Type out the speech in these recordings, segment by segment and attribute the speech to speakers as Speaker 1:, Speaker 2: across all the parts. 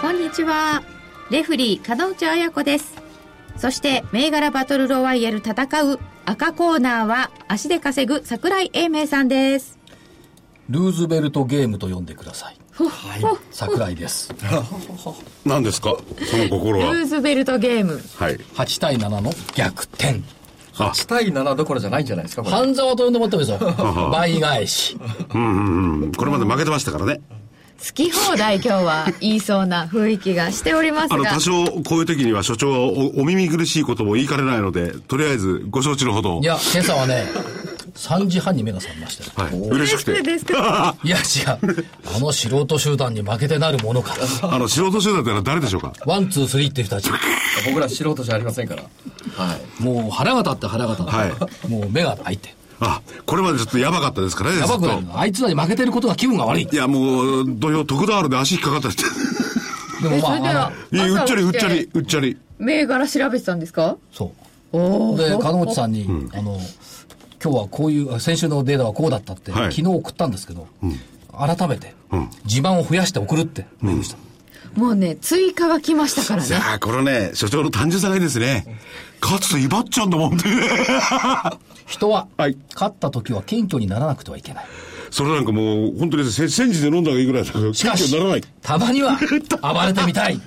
Speaker 1: こんにちは。レフリー、門内彩子です。そして、銘柄バトルロワイヤル戦う赤コーナーは、足で稼ぐ桜井英明さんです。
Speaker 2: ルーズベルトゲームと呼んでください
Speaker 1: はい。
Speaker 2: 桜井です
Speaker 3: 何ですかその心
Speaker 1: ル
Speaker 3: は
Speaker 1: ーズベルトゲーム。
Speaker 3: はい
Speaker 2: 8対7の逆転
Speaker 4: 8対7どころじゃないんじゃないですかこれ
Speaker 2: 半沢と呼んでもらってもいいですよ 倍返し
Speaker 3: うんうんうんこれまで負けてましたからね
Speaker 1: 好き放題今日 は言いそうな雰囲気がしております
Speaker 3: あの
Speaker 1: が
Speaker 3: 多、少こういう時には所長はおお耳苦しいことも言いかねないのでとりあえずご承知のほど
Speaker 2: いや今朝はね3時半に目が覚めましたよ
Speaker 3: はい、嬉しくて
Speaker 1: ですか
Speaker 2: いや違うあの素人集団に負けてなるものか
Speaker 3: あの素人集団ってのは誰でしょうか
Speaker 2: ワンツースリーっていう人たち
Speaker 4: 僕ら素人じゃありませんからはい
Speaker 2: もう腹が立って腹が立って、
Speaker 3: は
Speaker 2: もう目が開いて
Speaker 3: あこれまでちょっとやばかったですからね
Speaker 2: やばくな
Speaker 3: ず
Speaker 2: い
Speaker 3: っと
Speaker 2: のあいつらに負けてることが気分が悪い
Speaker 3: いやもう土俵徳田あるで足引っかかったって
Speaker 2: でも
Speaker 1: え
Speaker 2: ま
Speaker 1: そ
Speaker 2: あ
Speaker 1: れでは
Speaker 2: あの、
Speaker 3: いやう
Speaker 1: 朝
Speaker 3: っちゃりうっちゃ
Speaker 1: 起き
Speaker 3: り
Speaker 1: て
Speaker 3: うっちゃり
Speaker 1: 銘柄調べてたんですか
Speaker 2: そう
Speaker 1: お
Speaker 2: で、
Speaker 1: ー
Speaker 2: 門内さんに、あの、今日はこういう、あ先週のデータはこうだったって、
Speaker 3: はい
Speaker 2: 昨日送ったんですけど、改めて、地盤を増やして送るってメールした。
Speaker 1: もうね、追加が来ましたから
Speaker 3: いや
Speaker 1: ね。
Speaker 3: ーこれね所長の単純さがいいですね勝つと威張っちゃうんだもんね
Speaker 2: 人は、
Speaker 3: はい
Speaker 2: 勝った時は謙虚にならなくてはいけない。
Speaker 3: それなんかもう本当にせ戦時で飲んだ方がいいぐらいだから
Speaker 2: しか
Speaker 3: 謙
Speaker 2: し
Speaker 3: 虚にならない、
Speaker 2: たまには、暴れてみたい。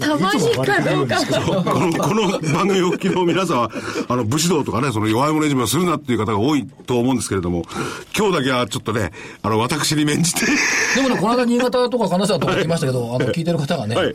Speaker 1: たまにかどうか。
Speaker 3: この、この番組を聞きの皆さんは、あの、武士道とかね、その弱い者いじめをするなっていう方が多いと思うんですけれども、今日だけはちょっとね、あの、私に免じて、
Speaker 2: でもね、この間新潟とか金沢とか行きましたけ ど、あの、聞いてる方がね、、
Speaker 3: はいい
Speaker 2: や、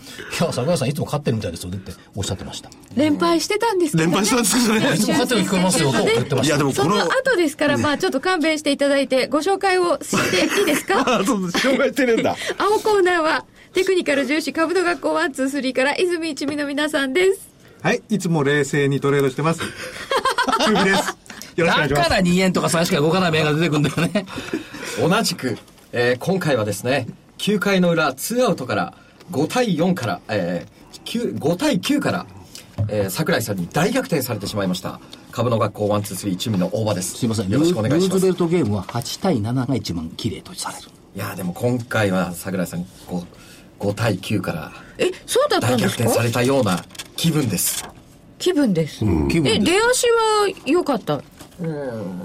Speaker 2: 桜井さんいつも勝ってるみたいですよねっておっしゃってました。い
Speaker 1: 連敗してたんですけど
Speaker 3: 連
Speaker 1: ね
Speaker 3: 敗したんですけど
Speaker 2: やいつも
Speaker 3: ね。
Speaker 2: 勝ってるように聞こえますよと言ってま
Speaker 3: い
Speaker 2: し
Speaker 3: や、
Speaker 2: た
Speaker 3: で。もこ
Speaker 1: その
Speaker 3: の、
Speaker 1: 後ですから、まあちょっと勘弁していただいて、ご紹介をしていいですか
Speaker 3: あ、そう、紹介してるんだ。
Speaker 1: 青コーナーは、テクニカル重視株の学校ワンツースリーから泉一味の皆さんです。
Speaker 5: はい、いつも冷静にトレードして ます。中火です。よろしくお願
Speaker 2: だ
Speaker 5: いしま
Speaker 2: か
Speaker 5: す。
Speaker 2: ら2円とか3円しか動かない銘柄出てくるんだよね。
Speaker 4: 同じく、えー今回はですね9回の裏ツーアウトから5対4から、えー、9 5対9から、えー桜井さんに大逆転されてしまいました株の学校ワンツースリー一味の大場です
Speaker 2: すいません、
Speaker 4: よろしくお願いし
Speaker 2: ルーズ
Speaker 4: ます
Speaker 2: ベ
Speaker 4: い
Speaker 2: ルトゲームは8対7が一番綺麗とされる。
Speaker 4: やーでも今回は桜井さん 5, 5対9から
Speaker 1: え、そうだった
Speaker 4: 大
Speaker 1: んで
Speaker 4: 逆
Speaker 1: す
Speaker 4: 転さ
Speaker 1: か
Speaker 4: れたような気分です
Speaker 1: 気分です。
Speaker 2: 気
Speaker 1: え、
Speaker 2: 分で
Speaker 1: 出足は良かった。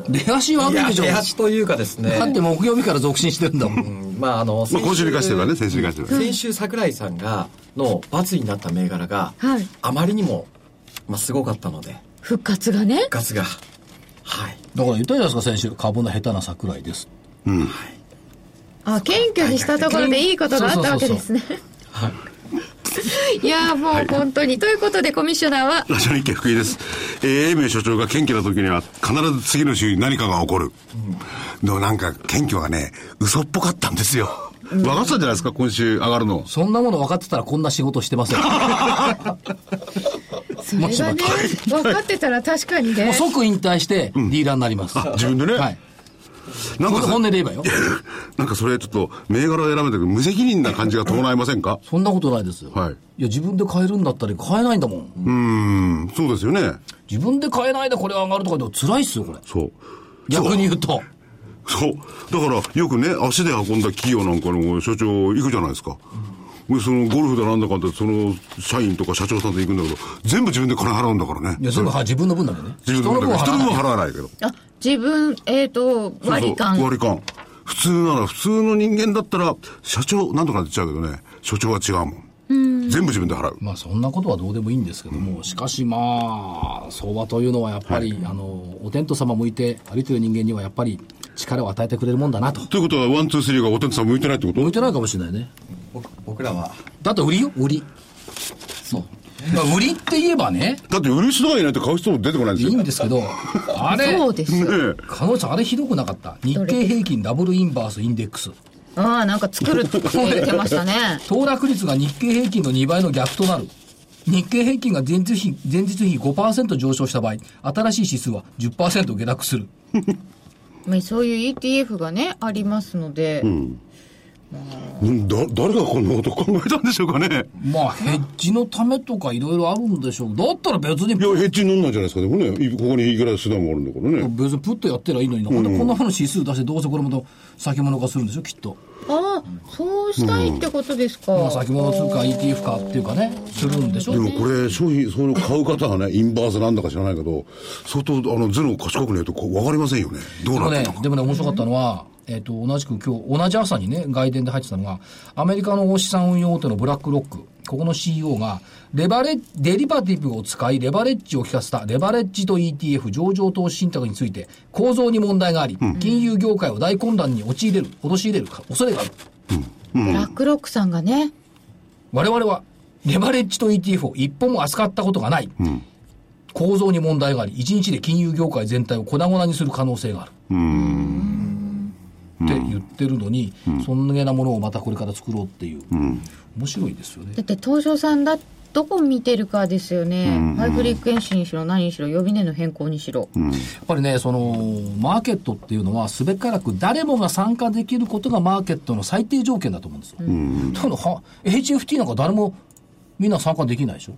Speaker 2: 出足はい悪
Speaker 4: や
Speaker 2: いでしょ
Speaker 4: 手。足というかですね
Speaker 2: だって木曜日から続進してるんだもん。
Speaker 4: まああの
Speaker 3: まあ、
Speaker 4: 先
Speaker 3: 今週に関してはね、先週に関してはね。
Speaker 4: 先週桜井さんがの罰になった銘柄が、
Speaker 1: はい
Speaker 4: あまりにも、まあ、すごかったので
Speaker 1: 復活がね。
Speaker 4: ガスがはい
Speaker 2: だから言ったじゃないですか、先週。株の下手な桜井です。
Speaker 1: あ、謙虚にしたところでいいことがあったわけですね。いやーもう本当に。ということでコミッショナーは、
Speaker 3: ラジオ日経福井です。えー、英明所長が謙虚な時には、必ず次の週に何かが起こる。でもなんか、謙虚がね、嘘っぽかったんですよ。分かってたんじゃないですか、今週上がるの。
Speaker 2: そんなもの分かってたらこんな仕事してません。
Speaker 1: それがね、分かってたら確かにね。
Speaker 2: 即引退してディーラーになります。
Speaker 3: 自分でね
Speaker 2: はい。
Speaker 3: なんかさ
Speaker 2: 本音で言えばよ。
Speaker 3: なんかそれちょっと、銘柄を選べたけど、無責任な感じが伴いませんか
Speaker 2: そんなことないですよ。
Speaker 3: はい
Speaker 2: いや、自分で買えるんだったら買えないんだもん。
Speaker 3: うーん、そうですよね。
Speaker 2: 自分で買えないでこれ上がるとかでも辛いっすよ、これ。
Speaker 3: そう。
Speaker 2: 逆に言うと。
Speaker 3: そう。だから、よくね、足で運んだ企業なんかの所長行くじゃないですか。でそのゴルフだなんだかって、その社員とか社長さんと行くんだけど、全部自分で金払うんだから
Speaker 2: い
Speaker 3: ね。
Speaker 2: や、全部は自分の分だけどね。
Speaker 3: 自分の分だけど、人の分
Speaker 2: は
Speaker 3: 払わないけど。
Speaker 1: あ、自分、えっ、と、割り
Speaker 3: そうそう
Speaker 1: 勘。
Speaker 3: 割り勘。普通なら、普通の人間だったら、社長、なんとかって言っちゃうけどね、所長は違うもん。全部自分で払う。
Speaker 2: まあそんなことはどうでもいいんですけども、しかしまあ、相場というのはやっぱり、あの、お天道様向いて歩いてる人間にはやっぱり力を与えてくれるもんだなと。
Speaker 3: ということは、ワン、ツー、スリーがお天気さん向いてないってこと
Speaker 2: 向いてないかもしれないね。
Speaker 4: 僕僕らは
Speaker 2: だって売りよ、売り。そう。まあ売りって言えばね、
Speaker 3: だって売る人がいないと買う人も出てこないんで
Speaker 2: い
Speaker 3: す
Speaker 2: いん
Speaker 3: よ。ね
Speaker 2: ですけど、あれ、
Speaker 1: そうですよ。
Speaker 3: え。
Speaker 2: 彼女さんあれひどくなかった。日経平均ダブルインバースインデックス。
Speaker 1: ああ、なんか作るって言ってましたね。
Speaker 2: 騰落率が日経平均の2倍の逆となる。日経平均が前日比、前日比5%上昇した場合、新しい指数は10%下落する。
Speaker 1: まあ、そういう ETF がね、ありますので、
Speaker 3: うんだ誰がこんなこと考えたんでしょうかねいや
Speaker 2: まあ、ヘッジのためとかいろいろあるんでしょう。だったら別に、
Speaker 3: ヘッジになんないじゃないですかでもねいここにいくら手段もあるんだからね
Speaker 2: 別にプッとやってりゃいいのにな。ほんでこんなふうな指数出して、どうせこれまた先物化するんでしょ、きっと。
Speaker 1: ああ、そうしたいってことですか。
Speaker 2: まあ、先物通貨 ETF 化っていうかね、するんでしょ
Speaker 3: で。もこれ商品それを買う方はねインバースなんだか知らないけど相当あのゼロを賢くねえとこう分かりませんよねどう
Speaker 2: で
Speaker 3: な
Speaker 2: も
Speaker 3: って
Speaker 2: ね
Speaker 3: んのか、
Speaker 2: でもね、面白かったのは、えっ、と、同じく今日、同じ朝にね、外伝で入ってたのが、アメリカの資産運用大手のブラックロック、ここの CEO が、レバレッ、デリバティブを使い、レバレッジを効かせた、レバレッジと ETF 上場投資信託について、構造に問題があり、金融業界を大混乱に陥れる、陥れるか恐れがある。
Speaker 1: ブラックロックさんがね、
Speaker 2: 我々は、レバレッジと ETF を一本も扱ったことがない。構造に問題があり、一日で金融業界全体を粉々にする可能性がある。って言ってるのに、そんなげなものをまたこれから作ろうっていう。面白いですよね。
Speaker 1: だって東証さんだどこ見てるかですよね、ハイブリックエンシにしろ何にしろ予備値の変更にしろ、
Speaker 2: やっぱりね、その、マーケットっていうのは、すべからく誰もが参加できることがマーケットの最低条件だと思うんですよ。ただは HFT なんか誰も、みんな参加できないでしょ。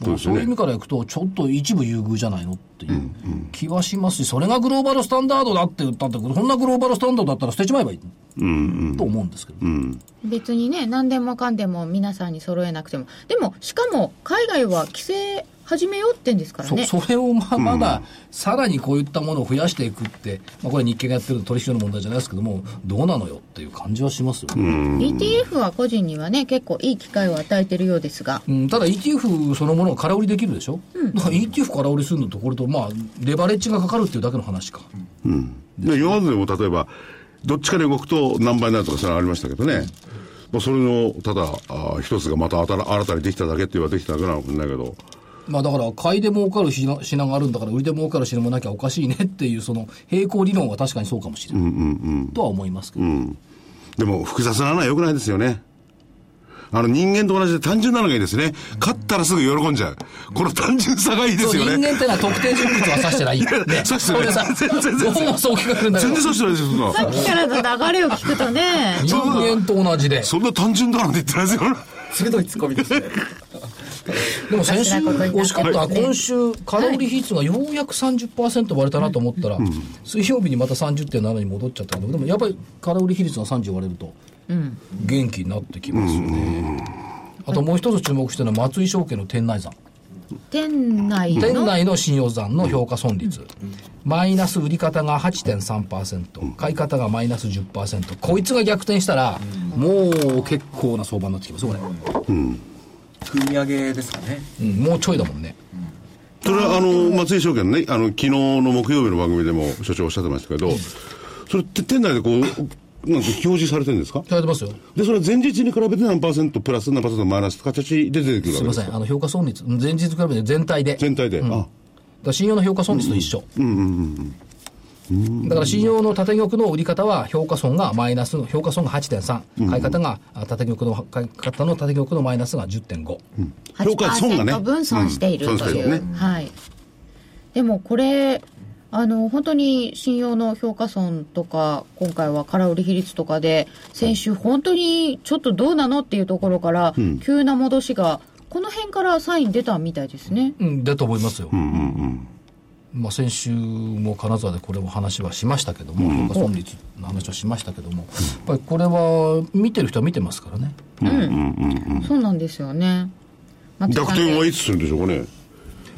Speaker 2: だからそういう意味からいくと、ちょっと一部優遇じゃないのっていう気はしますし、それがグローバルスタンダードだって言ったって、そんなグローバルスタンダードだったら捨てちまえばいい、と思うんですけど、
Speaker 1: 別にね何でもかんでも皆さんに揃えなくてもでもしかも海外は規制始めようってんですからね
Speaker 2: そそれをままださらにこういったものを増やしていくって、まあ、これは日経がやってる取引所の問題じゃないですけども、どうなのよっていう感じはしますよね。
Speaker 1: ETF は個人にはね結構いい機会を与えてるようですが
Speaker 2: うん、ただ ETF そのものを空売りできるでしょ、だから ETF 空売りするのとこれとまあレバレッジがかかるっていうだけの話か、
Speaker 3: で今まででも例えばどっちかで動くと何倍になるとかそれはありましたけどね、まあ、それのただあー一つがまた新た新たにできただけって言えばできただけなのかもしれないけど
Speaker 2: まあだから買いで儲かる品品があるんだから売りで儲かる品もなきゃおかしいねっていうその並行理論は確かにそうかもしれない、とは思いますけど、
Speaker 3: でも複雑なのは良くないですよね。あの人間と同じで単純なのがいいですね。勝ったらすぐ喜んじゃう。この単純さがいいで
Speaker 2: そう
Speaker 3: すよ
Speaker 2: 人
Speaker 3: ね。
Speaker 2: 間ってのは特定人物は指してないね
Speaker 3: 指してない
Speaker 2: それさ
Speaker 3: 全然全然
Speaker 2: どうもそう聞かれるんだけ
Speaker 3: 全
Speaker 2: ど
Speaker 3: 然そうしてないですよ、そんな。
Speaker 1: さっきからの流れを聞くとね
Speaker 2: 人間と同じで
Speaker 3: そんな単純だなんて言ってないですよ。
Speaker 4: 鋭いツッコミですね。
Speaker 2: でも先週
Speaker 1: おかしなことになって
Speaker 2: 惜しかったのは
Speaker 1: ますね
Speaker 2: 今週カロリー比率がようやく30%割れたなと思ったら、水曜日にまた30.7に戻っちゃったけどでもやっぱりカロリー比率が30割れると元気になってきますよね、あともう一つ注目してるのは松井証券の店内算
Speaker 1: 店内の
Speaker 2: 店内の信用残の評価損率、マイナス売り方が8.3%、買い方がマイナス10%、こいつが逆転したら、もう結構な相場になってきますよ、これ、
Speaker 4: 組み上げですかね。
Speaker 2: うん、もうちょいだもんね、
Speaker 3: それはあの、松井証券ね、あの、昨日の木曜日の番組でも所長おっしゃってましたけど、それって店内でこう、なんか表示されてるんですか
Speaker 2: 言われてますよ、
Speaker 3: で、それは前日に比べて何パーセントプラス何パーセントマイナスって形で出てくるわ
Speaker 2: す
Speaker 3: け
Speaker 2: み
Speaker 3: で
Speaker 2: ますせ
Speaker 3: か
Speaker 2: ん、あの評価損率、うん前日比べて全体で、
Speaker 3: 全体で。あ、
Speaker 2: だから信用の評価損率と一緒。だから信用の縦玉の売り方は評価損がマイナスの評価損が8.3、買い方があ縦玉の買い方の縦玉のマイナスが10.5、
Speaker 3: 評価損がね
Speaker 1: 8%分損している
Speaker 3: うん
Speaker 1: とい
Speaker 3: 損して
Speaker 1: う、
Speaker 3: るね
Speaker 1: はい、でもこれあの本当に信用の評価損とか今回は空売り比率とかで先週本当にちょっとどうなのっていうところから急な戻しが、この辺からサイン出たみたいですね
Speaker 2: うん、だと思いますよ、まあ、先週も金沢でこれも話はしましたけども、評価損率の話はしましたけども、やっぱりこれは見てる人は見てますからね、
Speaker 1: そうなんですよね松井さん
Speaker 3: 逆転はいつするんでしょうかね。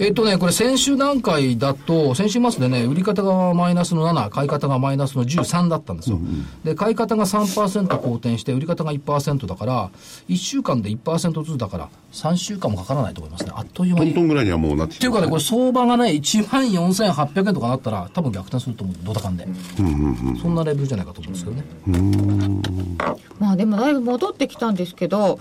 Speaker 2: えっとね、これ、先週段階だと、先週末でね、売り方がマイナスの7、買い方がマイナスの13だったんですよ。で、買い方が3%好転して、売り方が1%だから、1週間で1%ずつだから、3週間もかからないと思いますね。あっという間
Speaker 3: ト
Speaker 2: に。
Speaker 3: ント
Speaker 2: っ
Speaker 3: ンぐらいにはもうなってき
Speaker 2: ていうかね、これ相場がね、1万4800円とかなったら、多分逆転すると思う。ドタカンで。そんなレベルじゃないかと思うんですけどね。
Speaker 1: まあでもだいぶ戻ってきたんですけど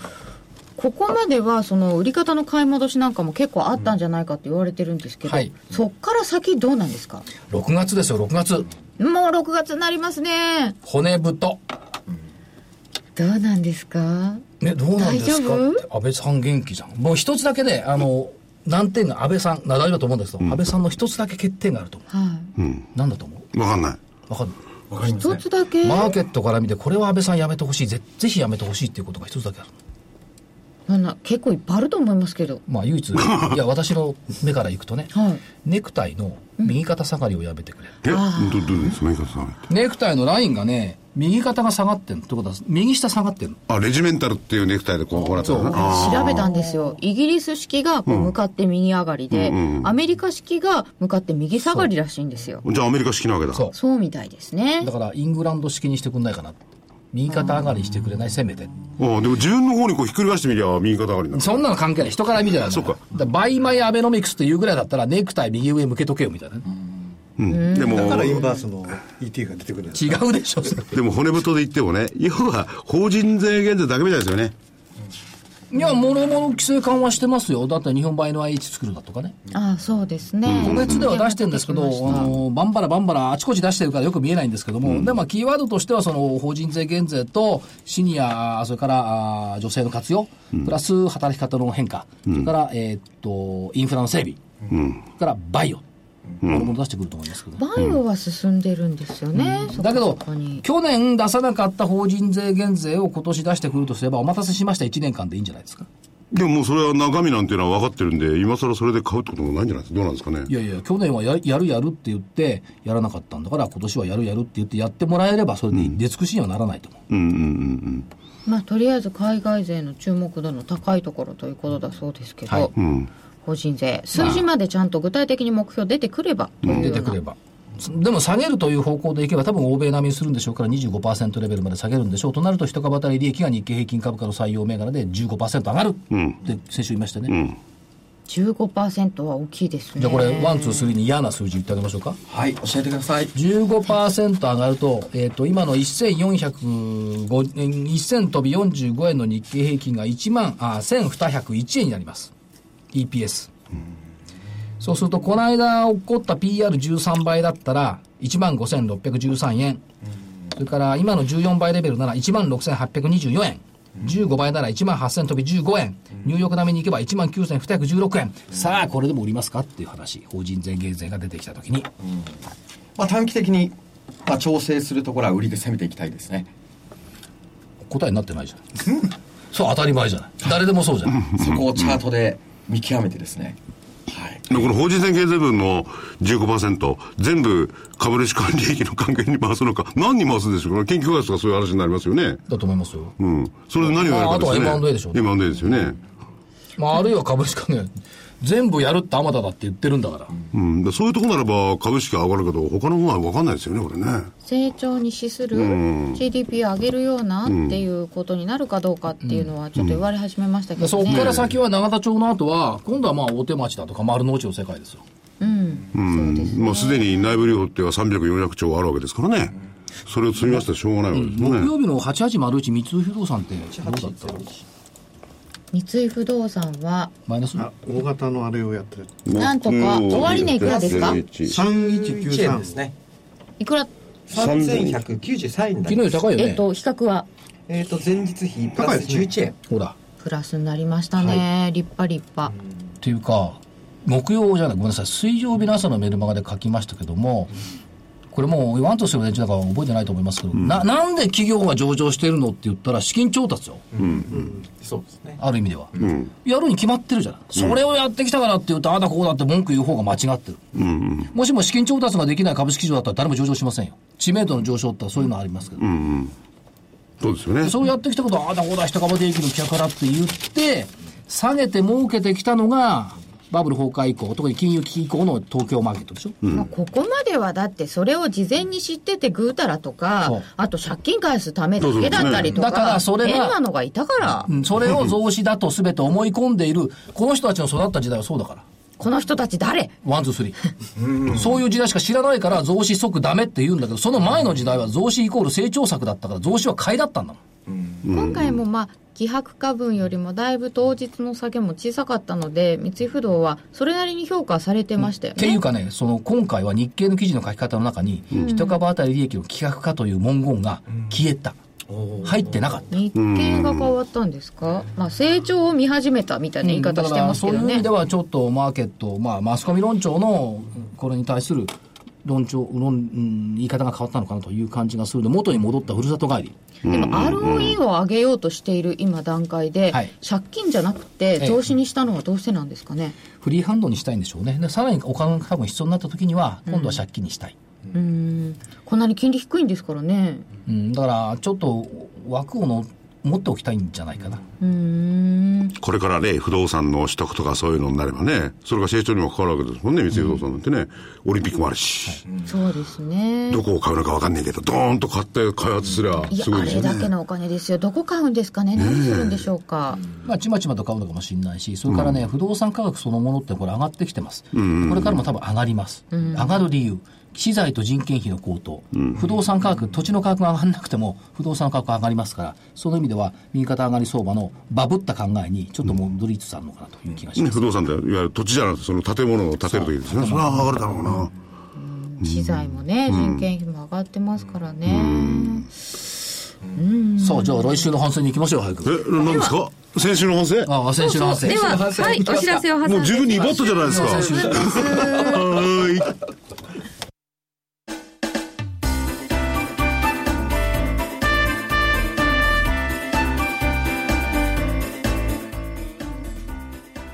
Speaker 1: ここまではその売り方の買い戻しなんかも結構あったんじゃないかって言われてるんですけど、
Speaker 2: はい
Speaker 1: そっから先どうなんですか
Speaker 2: 6月ですよ、6月。
Speaker 1: もう6月になりますね
Speaker 2: 骨太。
Speaker 1: どうなんですか
Speaker 2: ね、どうなんですか
Speaker 1: 大丈夫
Speaker 2: って安倍さん元気じゃん。もう一つだけね、あの、難点が安倍さん、な大丈夫だと思うんですけど、安倍さんの一つだけ欠点があると思
Speaker 1: は
Speaker 2: う。なんだと思う
Speaker 3: わかんない。
Speaker 2: わかる
Speaker 4: わかり
Speaker 1: い
Speaker 4: ませ
Speaker 1: 一
Speaker 4: ん
Speaker 1: つだけ
Speaker 2: マーケットから見て、これは安倍さんやめてほしい、ぜぜひやめてほしいっていうことが一つだけある。
Speaker 1: なんな結構いっぱいあると思いますけど
Speaker 2: まあ唯 一、いや、私の目からいくとね、
Speaker 1: はい
Speaker 2: ネクタイの右肩下がりをやめてくれ。
Speaker 3: え、ど、どうですか、メーカーさん。
Speaker 2: ネクタイのラインがね、右肩が下がってんってことは、右下下がってんの。
Speaker 3: あ、レジメンタルっていうネクタイでこう、ほらった
Speaker 2: そう
Speaker 3: あ
Speaker 1: 調べたんですよイギリス式がこう向かって右上がりで、アメリカ式が向かって右下がりらしいんですよ
Speaker 3: じゃあアメリカ式なわけだ。
Speaker 2: そう
Speaker 1: そうみたいですね
Speaker 2: だから、イングランド式にしてくんないかなって。右肩上がりしてくれない、せめて。
Speaker 3: ああでも自分の方にこうひっくり返してみりゃ右肩上がりになる。
Speaker 2: そんなの関係ない。人から見てない。
Speaker 3: そうか。
Speaker 2: だバイマイアベノミクスっていうぐらいだったら、ネクタイ右上向けとけよ、みたいなね。
Speaker 3: うん。でも、
Speaker 5: だからインバースの ET が出てくるんです
Speaker 2: 違うでしょ、それ
Speaker 3: でも骨太で言ってもね、要は法人税減税だけみたいですよね。
Speaker 2: いや、もろもろ規制緩和してますよ。だって日本倍の IH 作るだとかね。
Speaker 1: ああそうですね、
Speaker 2: 個別では出してるんですけど、
Speaker 1: 出てきま
Speaker 2: あ
Speaker 1: した
Speaker 2: の、バンバラバンバラあちこち出してるからよく見えないんですけども、でまあキーワードとしては、その、法人税減税と、シニア、それから、あー女性の活用、プラス働き方の変化、それから、えーっと、インフラの整備、それからバイオ、もろもろ出してくると思いますけどね。
Speaker 1: バイオは進んでるんですよね、そこ
Speaker 2: だけ
Speaker 1: そ
Speaker 2: ど
Speaker 1: こに、
Speaker 2: 去年出さなかった法人税減税を今年出してくるとすれば、お待たせしました1年間でいいんじゃないですか。
Speaker 3: でももうそれは中身なんていうのは分かってるんで、今更それで買うってこともないんじゃないですか。どうなんですかね
Speaker 2: い。やいや、去年はややるやるって言って、やらなかったんだから、今年はやるやるって言って、やってもらえれば、それでいい、出尽くしにはならないと思う。
Speaker 3: うんうんうん
Speaker 1: まあ、とりあえず海外勢の注目度の高いところということだそうですけど、
Speaker 2: はい
Speaker 3: うん。うん。
Speaker 1: 法人税数字までちゃんと具体的に目標出てくればというような
Speaker 2: 出てくれば。でも下げるという方向でいけば、多分欧米並みにするんでしょうから、25%レベルまで下げるんでしょうとなると、一株当たり利益が日経平均株価の採用銘柄で15%上がるって先週言いましたね。
Speaker 1: 15%は大きいですね
Speaker 2: じゃあこれ、ワン、ツー、スリーに嫌な数字言ってあげましょうか。
Speaker 4: はい教えてください
Speaker 2: 15%上がると、えっ、と、今の1405、1000飛び45円の日経平均が1万、あ、1201円になります。EPS。そうすると、この間起こった PR13 倍だったら、1万5613円。それから、今の14倍レベルなら1万6824円。15倍なら1万8000飛び15円。ニューヨーク並みに行けば1万9216円。さあ、これでも売りますかっていう話。法人税減税が出てきたときに。
Speaker 4: まあ短期的にまあ調整するところは売りで攻めていきたいですね
Speaker 2: 答えになってないじゃんそう当たり前じゃない誰でもそうじゃない
Speaker 4: そこをチャートで見極めてですねはい
Speaker 3: で、この法人税減税分の15%、全部株主管理益の還元に回すのか、何に回すんでしょうこの研究開発とかそういう話になりますよね。
Speaker 2: だと思いますよ、
Speaker 3: うん。それで何をやるかですよね。
Speaker 2: ああとは M&A でしょ
Speaker 3: M&A ですよね。
Speaker 2: まあ、あるいは株式関連全部やるってあまただって言ってるんだから、
Speaker 3: うん。でそういうとこならば株式は上がるけど、他の方は分かんないですよね、これね。
Speaker 1: 成長に資する GDP を上げるようなっていうことになるかどうかっていうのはちょっと言われ始めましたけ
Speaker 2: で
Speaker 1: ど
Speaker 2: そこ
Speaker 1: ね、
Speaker 2: から先は永田町の後は今度はまあ大手町だとか丸の内の世界ですよ
Speaker 1: うん、そうですね
Speaker 3: まあ、すでに内部留保っていうのは300、400兆あるわけですからね。それを積みましたらしょうがないわけですもんね。
Speaker 2: 木曜日の8801三井不動産ってどうだったの
Speaker 1: 三井不動産は
Speaker 2: マイナス
Speaker 5: あ大型のあれをやってる
Speaker 1: なんとか終値いくらですか
Speaker 6: 1円です
Speaker 5: 3193
Speaker 6: ね
Speaker 1: いくら
Speaker 6: 3193円だ
Speaker 2: 昨日より高いよね、
Speaker 1: えっと比較は
Speaker 6: えっ、と前日比プラス11円、
Speaker 2: ほらっ
Speaker 1: プラスになりましたね、立派立派
Speaker 2: ていうか木曜じゃないごめんなさい水曜日の朝のメルマガで書きましたけどもこれもうワンとする連中だから覚えてないと思いますけど、ななんで企業が上場してるのって言ったら資金調達よ、
Speaker 6: そうですね
Speaker 2: ある意味では、やるに決まってるじゃない、それをやってきたからって言うとああだこうだって文句言う方が間違ってる、もしも資金調達ができない株式市場だったら誰も上場しませんよ知名度の上昇ってそういうのはありますけど、
Speaker 3: そうですよね。
Speaker 2: そうやってきたことはああだこうだ人株利益の客からって言って下げて儲けてきたのがバブル崩壊以降特に金融危機以降の東京マーケットでしょ、
Speaker 1: まあここまではだってそれを事前に知っててぐうたらと
Speaker 2: そ
Speaker 1: か
Speaker 2: う
Speaker 1: あと借金返すためだけだったりとか
Speaker 2: そうそうそうだからそれが
Speaker 1: 変なのがいたから、
Speaker 2: うんそれを増資だと全て思い込んでいるこの人たちの育った時代はそうだから
Speaker 1: この人たち誰
Speaker 2: ワン、ツー、スリー。そういう時代しか知らないから、増資即ダメって言うんだけど、その前の時代は増資イコール成長策だったから、増資は買いだったんだもん。
Speaker 1: 今回もまあ
Speaker 7: 希薄価分よりもだいぶ当日の下げも小さかったので三井不動はそれなりに評価されてましたよ
Speaker 2: ってい
Speaker 7: ね
Speaker 2: う。かね、その今回は日経の記事の書き方の中に、一株当たり利益の規格化という文言が消えた。入ってなかった。
Speaker 7: 日経が変わったんですか、まあ、成長を見始めたみたいな言い方してますけど
Speaker 2: うんだからそういう意
Speaker 7: ね
Speaker 2: 味で。はちょっとマーケット、まあ、マスコミ論調のこれに対する論調論、うん言い方が変わったのかなという感じがするので元に戻ったふるさと帰り
Speaker 7: でも ROE を上げようとしている今段階で、
Speaker 2: はい
Speaker 7: 借金じゃなくて
Speaker 2: ええ
Speaker 7: 投資にしたのはどうしてなんですかね。
Speaker 2: フリーハンドにしたいんでしょうねでさらにお金が多分必要になった時には今度は借金にしたい、
Speaker 7: うんこんなに金利低いんですからね。
Speaker 2: うんだからちょっと枠をの持っておきたいんじゃないかな、
Speaker 7: うん
Speaker 3: これからね、不動産の取得とかそういうのになればね、それが成長にも関わるわけですもんね、三井不動産なんてね。オリンピックもあるし、
Speaker 7: そうですね。
Speaker 3: どこを買うのかわかんないけど、ドーンと買って開発すりゃ、
Speaker 7: いや
Speaker 3: すごい
Speaker 7: あ
Speaker 3: ですよ
Speaker 7: れ
Speaker 3: ね。
Speaker 7: だけのお金ですよ、どこ買うんですかね、何するんでしょうか、
Speaker 2: まあ、ちまちまと買うのかもしれないし、それからね、不動産価格そのものってこれ上がってきてます。これからも多分上がります。上がる理由。資材と人件費の高騰、不動産価格、土地の価格が上がらなくても、不動産価格が上がりますから、その意味では、右肩上がり相場のバブった考えに、ちょっと戻りつつあるのかなという気がし
Speaker 3: ね、
Speaker 2: ます。
Speaker 3: 不動産で、いわゆる土地じゃなくて、その建物を建てるときですね。それは上がるだろうな。
Speaker 7: 資材もね、人件費も上がってますからね、
Speaker 2: そう、じゃあ来週の反省に行きましょう、早く。
Speaker 3: え、何ですか先週の反省も
Speaker 2: ああ、先週の反省。
Speaker 1: では、はい、お知らせを挟んで。
Speaker 3: う十分に威張ったじゃないですか。 はーい。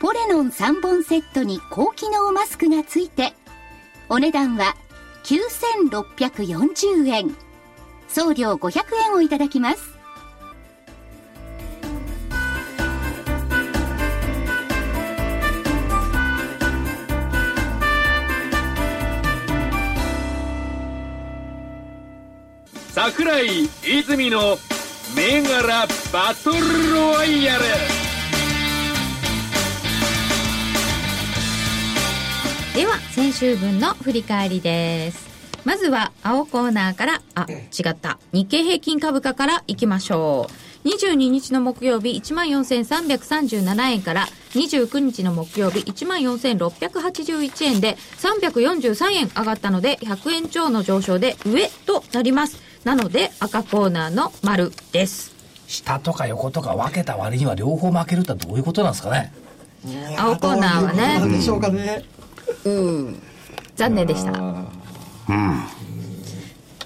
Speaker 8: ポレノン3本セットに高機能マスクがついて、お値段は9640円。送料500円をいただきます。
Speaker 9: 桜井泉の銘柄バトルロワイヤル
Speaker 1: では先週分の振り返りですまずは青コーナーからあ違った日経平均株価からいきましょう22日の木曜日14,337円から29日の木曜日14,681円で343円上がったので100円超の上昇で上となりますなので赤コーナーの丸です
Speaker 2: 下とか横とか分けた割には両方負けるってどういうことなんですかね。
Speaker 1: 青コーナーはね
Speaker 10: どうでしょうかね。
Speaker 1: うん残念でした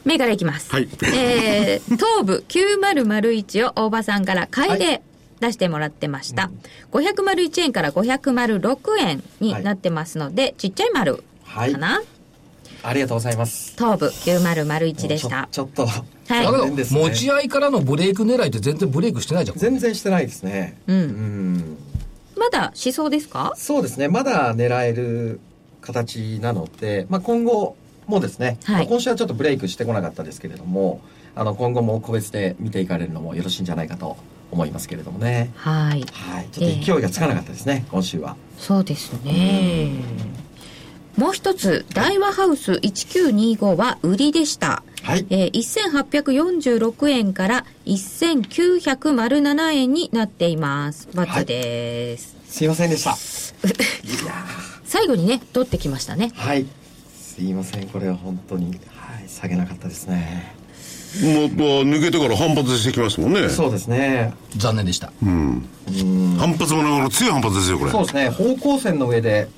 Speaker 1: 銘柄いきます。
Speaker 3: はい
Speaker 1: えー、東部9001を大場さんから買いで出してもらってました。501円から506円になってますので、ちっちゃい丸かな、
Speaker 4: ありがとうございます
Speaker 1: 東部9001でした。
Speaker 4: ちょちょっと
Speaker 1: は
Speaker 2: だけ
Speaker 1: い
Speaker 2: ど、
Speaker 4: 残念ですね
Speaker 2: 持ち合いからのブレイク狙いって全然ブレイクしてないじゃん。
Speaker 4: 全然してないですね
Speaker 1: うん
Speaker 4: ん
Speaker 1: まだしそうですか
Speaker 4: そうですねまだ狙える形なので、まあ、今後もですね、
Speaker 1: はい
Speaker 4: まあ今週はちょっとブレイクしてこなかったですけれどもあの今後も個別で見ていかれるのもよろしいんじゃないかと思いますけれどもね
Speaker 1: はい。
Speaker 4: はいちょっと勢いがつかなかったですね、今週は
Speaker 1: そうですね。もう一つ、大和ハウス1925は売りでした。
Speaker 4: はい
Speaker 1: えー、1846円から1907円になっています。バツです。
Speaker 4: すいませんでした
Speaker 1: 最後にね、取ってきましたね。
Speaker 4: はいすいませんこれは本当に、はい、下げなかったですね
Speaker 3: また抜けてから反発してきましたもんね。
Speaker 10: そうですね。
Speaker 2: 残念でした。
Speaker 3: 反発もなかなか強い反発ですよ、これ。
Speaker 4: そうですね、方向線の上で、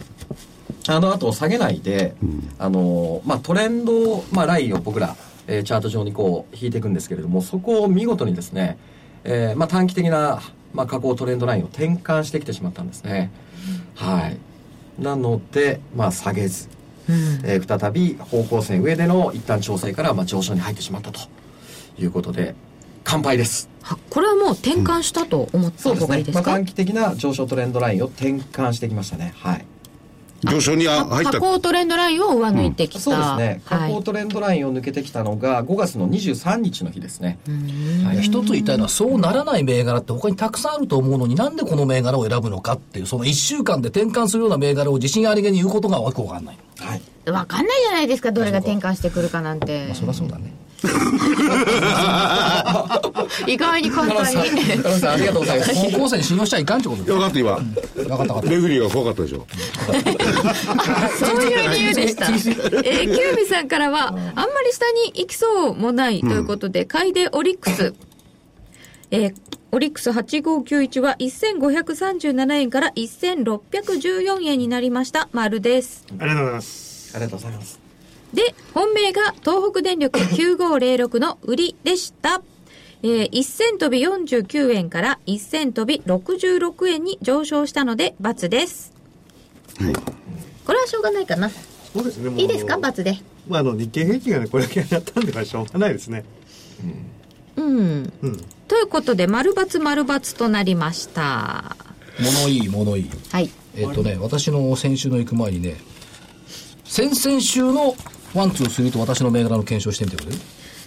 Speaker 4: あの後を下げないで、あのまあ、トレンド、まあ、ラインを僕ら、えーチャート上にこう引いていくんですけれども、そこを見事にですね、えーまあ、短期的な、まあ、下降トレンドラインを転換してきてしまったんですね。はい、なので、まあ、下げず、えー再び方向線上での一旦調整から、まあ、上昇に入ってしまったということで、乾杯です。
Speaker 1: あこれはもう転換したと思った
Speaker 4: そうで
Speaker 1: 方
Speaker 4: す
Speaker 1: がい
Speaker 4: ね
Speaker 1: いで
Speaker 4: ますあ、
Speaker 1: か、
Speaker 4: 短期的な上昇トレンドラインを転換してきましたね。はい。
Speaker 3: 上昇にあ入っ
Speaker 1: 下
Speaker 3: た。
Speaker 1: 降トレンドラインを上抜いてきた、
Speaker 4: そうですね。
Speaker 1: は
Speaker 4: 下降
Speaker 1: い、
Speaker 4: トレンドラインを抜けてきたのが5月の23日の日ですね。はい
Speaker 2: や
Speaker 4: い。
Speaker 2: 一つ言いたいのは、そうならない銘柄って他にたくさんあると思うのに、なんでこの銘柄を選ぶのかっていう、その一週間で転換するような銘柄を自信ありげに言うことがわけわかんない。
Speaker 4: はい。
Speaker 1: わかんないじゃないですかどれが転換してくるかなんて
Speaker 2: まあ、そりゃそうだね。
Speaker 1: 意外に簡
Speaker 4: 田中
Speaker 1: 単
Speaker 4: さん、
Speaker 1: に
Speaker 4: 田中さんありがとうござ います。
Speaker 2: 高校生に信用しちゃいかんってことだ
Speaker 3: よ
Speaker 2: よ。
Speaker 3: かった、今。
Speaker 2: 分かった分かっ
Speaker 3: レフェリーが怖かったでしょ。
Speaker 1: そういう理由でした。えー、キュウミさんからは、あんまり下に行きそうもないということで、買いでオリックス。えーオリックス8591は1537円から1614円になりました。丸です。
Speaker 5: ありがとうございます。
Speaker 4: ありがとうございます。
Speaker 1: で、本命が東北電力9506の売りでした。えー、1000飛び49円から1000飛び66円に上昇したので、×です。これはしょうがないかな。
Speaker 5: そうですね。もう
Speaker 1: いいですか、×で。
Speaker 5: まあ、あの、日経平均がね、これだけ上がったんではしょうがないですね。
Speaker 1: うん。
Speaker 5: うん。
Speaker 1: ということで、丸×丸×となりました。
Speaker 2: た。物いい、物いい。
Speaker 1: はい。
Speaker 2: えっとね、私の先週の行く前にね、先々週のワン、ツー、スリーと私の銘柄の検証してみてくれる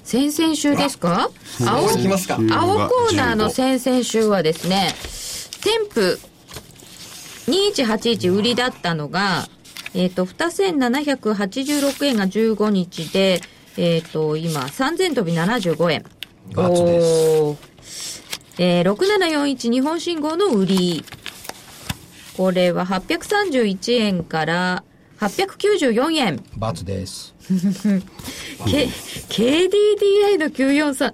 Speaker 1: 先々週ですか青、青コ
Speaker 4: いきますか。
Speaker 1: ーナーの先々週はですね、添付2181売りだったのが、えっ、と、2786円が15日で、えっ、と、今、3000飛び75円。
Speaker 2: ×です。
Speaker 1: おーえー、6741日本信号の売り。これは831円から894円。
Speaker 2: ×です。
Speaker 1: K、KDDI の943、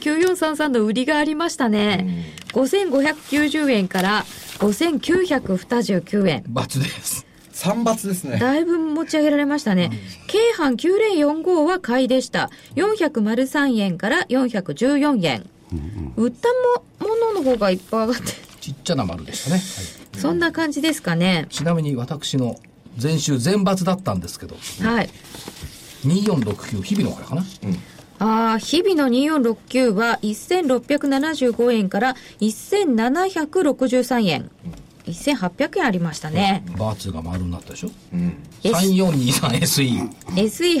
Speaker 1: KDDI9433 の売りがありましたね。5590円から5929円。
Speaker 2: ×です。
Speaker 4: 三抜ですね。
Speaker 1: だいぶ持ち上げられましたね。京阪9045は買いでした。403円から414円。売ったもものの方がいっぱい上がって、
Speaker 2: ちっちゃな丸でしたね。はい
Speaker 1: そんな感じですかね。
Speaker 2: ちなみに私の前週全罰だったんですけど、
Speaker 1: はい。
Speaker 2: 2469、日々のこれかな。
Speaker 1: ああ、日々の2469は1675円から1763円。1800円ありましたね。
Speaker 2: ×が丸になったでしょ
Speaker 4: うん。
Speaker 1: S-
Speaker 2: ?3423SE。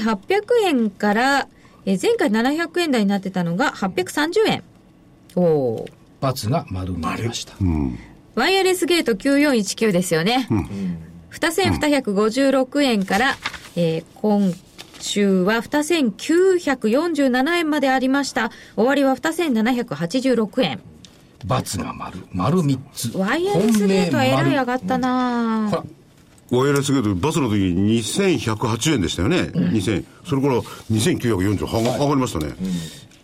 Speaker 1: SE800 円から、えー前回700円台になってたのが830円。おおー。
Speaker 2: ×が丸になりました。
Speaker 1: ワイヤレスゲート9419ですよね。2256円から、えー今週は2947円までありました。終わりは2786円。
Speaker 2: ×が丸。丸3つ。
Speaker 1: ワイヤレスゲートはえらい上
Speaker 2: 本命
Speaker 1: がったな
Speaker 2: ほ
Speaker 1: ぁ
Speaker 2: ら
Speaker 3: ワイヤレスゲート、バスの時に2108円でしたよね。2000。それから2940、はが上がりましたね。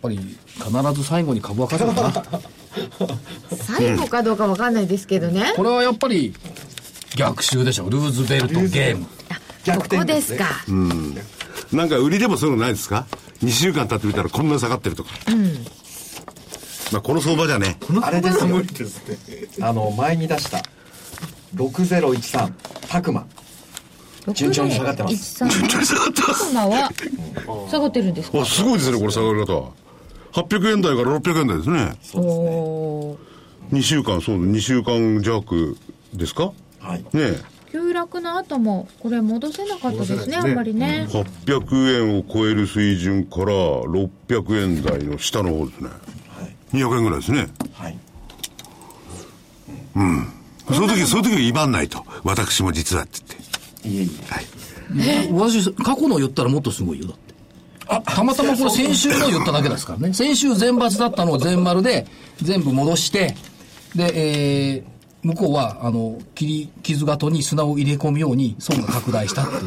Speaker 2: 丸。やっぱり必ず最後に株は勝つんだな。
Speaker 7: 最後かどうかわかんないですけどね。
Speaker 2: これはやっぱり逆襲でしょ。ルーズベルトゲーム。
Speaker 1: ここですか。
Speaker 3: なんか売りでもそういうのないですか ?2 週間経ってみたらこんなに下がってるとか。まあ、この相場じゃね。
Speaker 4: あれですよ
Speaker 5: 無理ですね。
Speaker 4: あの、前に出した、6013、たくま。順調に下がってます
Speaker 1: す。今は下がってるんですか
Speaker 3: あ、すごいですね、これ下がり方は。800円台から600円台ですね。
Speaker 1: おー
Speaker 3: 2週間、そう、2週間弱ですか
Speaker 4: はい。
Speaker 3: ね
Speaker 1: 急落の後もこれ戻せなかったですね、あんまりね。
Speaker 3: 800円を超える水準から600円台の下の方ですね。200円ぐらいですね。
Speaker 4: はい。
Speaker 3: その時、その時は威張んないと。私も実はって言って。
Speaker 4: いえい
Speaker 2: 私、過去の言ったらもっとすごいよ、だって。たまたまこれ先週の言っただけですからね。先週全罰だったのを全丸で全部戻して、で、えー向こうは、あの、切り傷型に砂を入れ込むように層が拡大したっていう、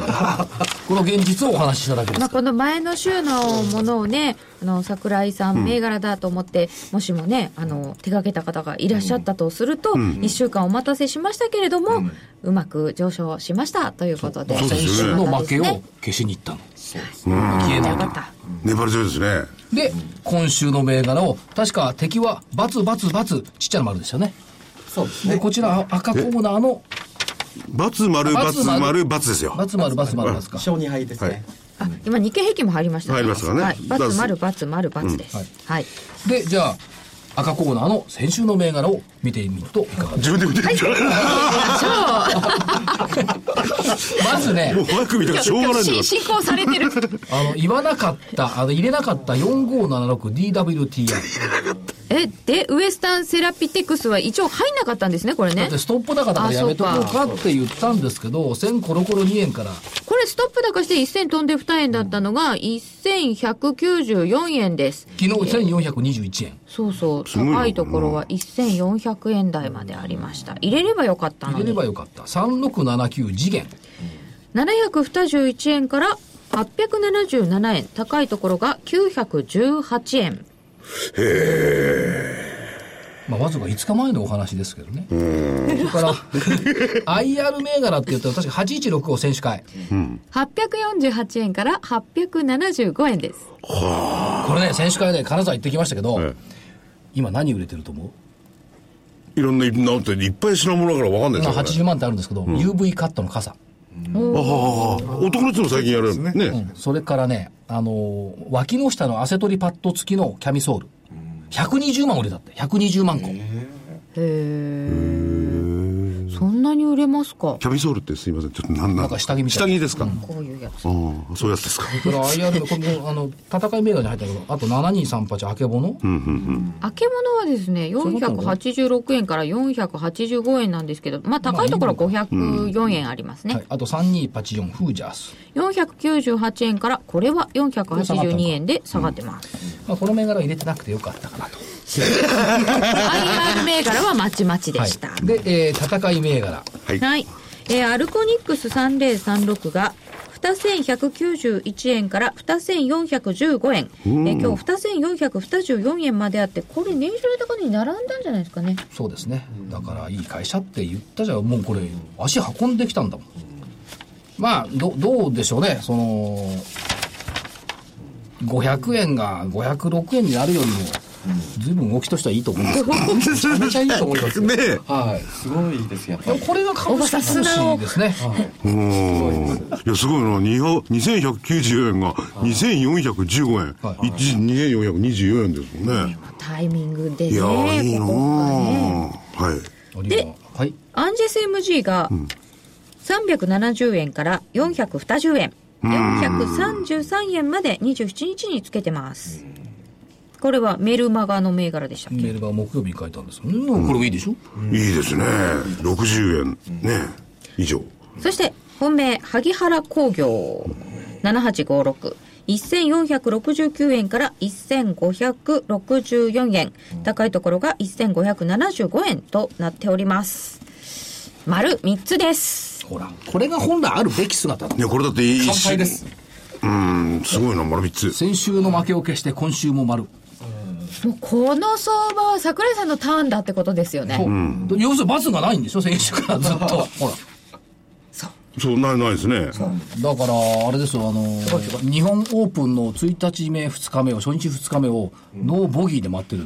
Speaker 2: この現実をお話ししただけで
Speaker 1: ますあ、。この前の週のものをね、あの桜井さん、銘柄だと思って、もしもね、あの手掛けた方がいらっしゃったとすると、1週間お待たせしましたけれども、うまく上昇しましたということで、
Speaker 3: そうです
Speaker 2: 先
Speaker 3: よね
Speaker 2: 週の負けを
Speaker 1: よ
Speaker 2: 消しに行ったの。消えな
Speaker 1: か
Speaker 2: い
Speaker 1: った。
Speaker 3: 粘り強いですね。
Speaker 2: で、今週の銘柄を、確か敵は、バツバツバツ、ちっちゃな丸でしたね。
Speaker 10: そうです
Speaker 2: で、
Speaker 10: ね。
Speaker 2: こちら赤コーナーの、
Speaker 3: バツ丸バツ丸バツですよ。
Speaker 2: バツ丸バツ丸バツか。
Speaker 10: 小二杯ですね。
Speaker 3: はい
Speaker 1: あ今、日経平均も入りました
Speaker 3: 入りましたからね
Speaker 1: はい、バ
Speaker 3: だ
Speaker 1: ツ
Speaker 3: す
Speaker 1: 丸、バツ丸、バツです。
Speaker 2: うん
Speaker 1: はい
Speaker 2: で、じゃあ、赤コーナーの先週の銘柄を見てみるといかが でし
Speaker 3: 自分で見てるじゃ
Speaker 2: ょうか。まずね
Speaker 3: ん。も、う早く見たらしょうがないんだか
Speaker 1: し
Speaker 3: ら。
Speaker 1: 進行されて る
Speaker 2: あの、言わなかった、あの、入れなかった 4576DWTI。
Speaker 1: えでウエスタンセラピテクスは一応入んなかったんですねこれ
Speaker 2: だ
Speaker 1: ね
Speaker 2: ってストップ高だからやめとこうかって言ったんですけど、1000コロコロ2円から、
Speaker 1: これストップ高して1000飛んで2円だったのが1194円です
Speaker 2: 昨日1421円。
Speaker 1: そうそう
Speaker 3: ごいな
Speaker 1: 高いところは1400円台までありました入れればよかったの
Speaker 2: 入れれ
Speaker 1: に
Speaker 2: ばよかった。3679次元。
Speaker 1: 721円から877円高いところが918円
Speaker 2: まあ、わずか5日前のお話ですけどね。それから IR 銘柄って言ったら確か816を選手会。
Speaker 1: 848円から875円です
Speaker 2: これね、選手会で金沢行ってきましたけど、
Speaker 3: え
Speaker 2: 今何売れてると思う
Speaker 3: いろんな、なんて、いっぱい品物だからわかんない
Speaker 2: ま
Speaker 3: で
Speaker 2: あ
Speaker 3: すよ。
Speaker 2: 80
Speaker 3: これ
Speaker 2: 万ってあるんですけど、UV カットの傘。
Speaker 3: ああ、男の人も最近やる。ね。
Speaker 2: それからね、あのー脇の下の汗取りパッド付きのキャミソール。120万売れたって、120万個。
Speaker 1: へえそんなに売れますか
Speaker 3: キャミソールってすいません。ちょっとなんな
Speaker 2: なんか下着みたい
Speaker 3: 下
Speaker 2: な
Speaker 3: 着ですか。あ
Speaker 1: こういうやつ
Speaker 3: あ、そういうやつですか。
Speaker 2: それ IR の、この、あの、戦い銘柄に入ったけど、あと7238、あけぼの。
Speaker 1: あけものはですね486円から485円なんですけどまあ高いところは504円ありますね、
Speaker 2: はい。あと3284、フージャース。
Speaker 1: 498円からこれは482円で下がってます、
Speaker 2: まあ、この銘柄は入れてなくてよかったかなと。
Speaker 1: IR 銘柄はまちまちで
Speaker 2: はい
Speaker 1: した、は。い、
Speaker 2: で、えー戦い銘柄。
Speaker 1: えーアルコニックス3036が2191円から2415円、えー今日2424円まであってこれ年収高値に並んだんじゃないですかね
Speaker 2: そうですね。だから、いい会社って言ったじゃん。もうこれ、足運んできたんだもん。まあ、ど、どうでしょうね。その、500円が506円になるよりも、随分動きとしてはいいと思うんですけど、めちゃめちゃいいと思いますよ。
Speaker 3: ねえ。
Speaker 10: はい。すごいです、やっぱ
Speaker 2: でも
Speaker 10: り。
Speaker 2: これが株式
Speaker 1: おばさん素
Speaker 2: 投
Speaker 1: 直
Speaker 2: 資ですね。
Speaker 3: うーん。いや、すごいな。にほ2194円が2415円。
Speaker 2: はい
Speaker 3: 一時2424円ですもんね。
Speaker 1: タイミングで
Speaker 3: い
Speaker 1: ね
Speaker 3: やー、いいな
Speaker 1: こ
Speaker 3: ー
Speaker 1: こがね
Speaker 3: はい。
Speaker 2: あるいははい。
Speaker 1: アンジェス MG が370円から420円、433円まで27日につけてます。これはメルマガの銘柄でしたっ
Speaker 2: メ
Speaker 1: け
Speaker 2: ールが木曜日に書いたんですけどね。これもいいでしょ
Speaker 3: いいですね。60円。ね以上。
Speaker 1: そして、本命、萩原工業7856。1469円から1564円。高いところが1575円となっております。丸3つです。
Speaker 2: ほら。これが本来あるべき姿だ
Speaker 3: いや、これだっていい
Speaker 10: 乾杯です。
Speaker 3: うーん、すごいな、丸三つ。
Speaker 2: 先週の負けを消して今週も丸。
Speaker 1: もうこの相場は桜井さんのターンだってことですよね。
Speaker 2: 要するに罰がないんでしょ先週から ずっと。ほら。
Speaker 3: そう、ない、ないですね。
Speaker 2: だから、あれですよ、あのー、日本オープンの1日目、2日目を、初日2日目を、ノーボギーで待ってる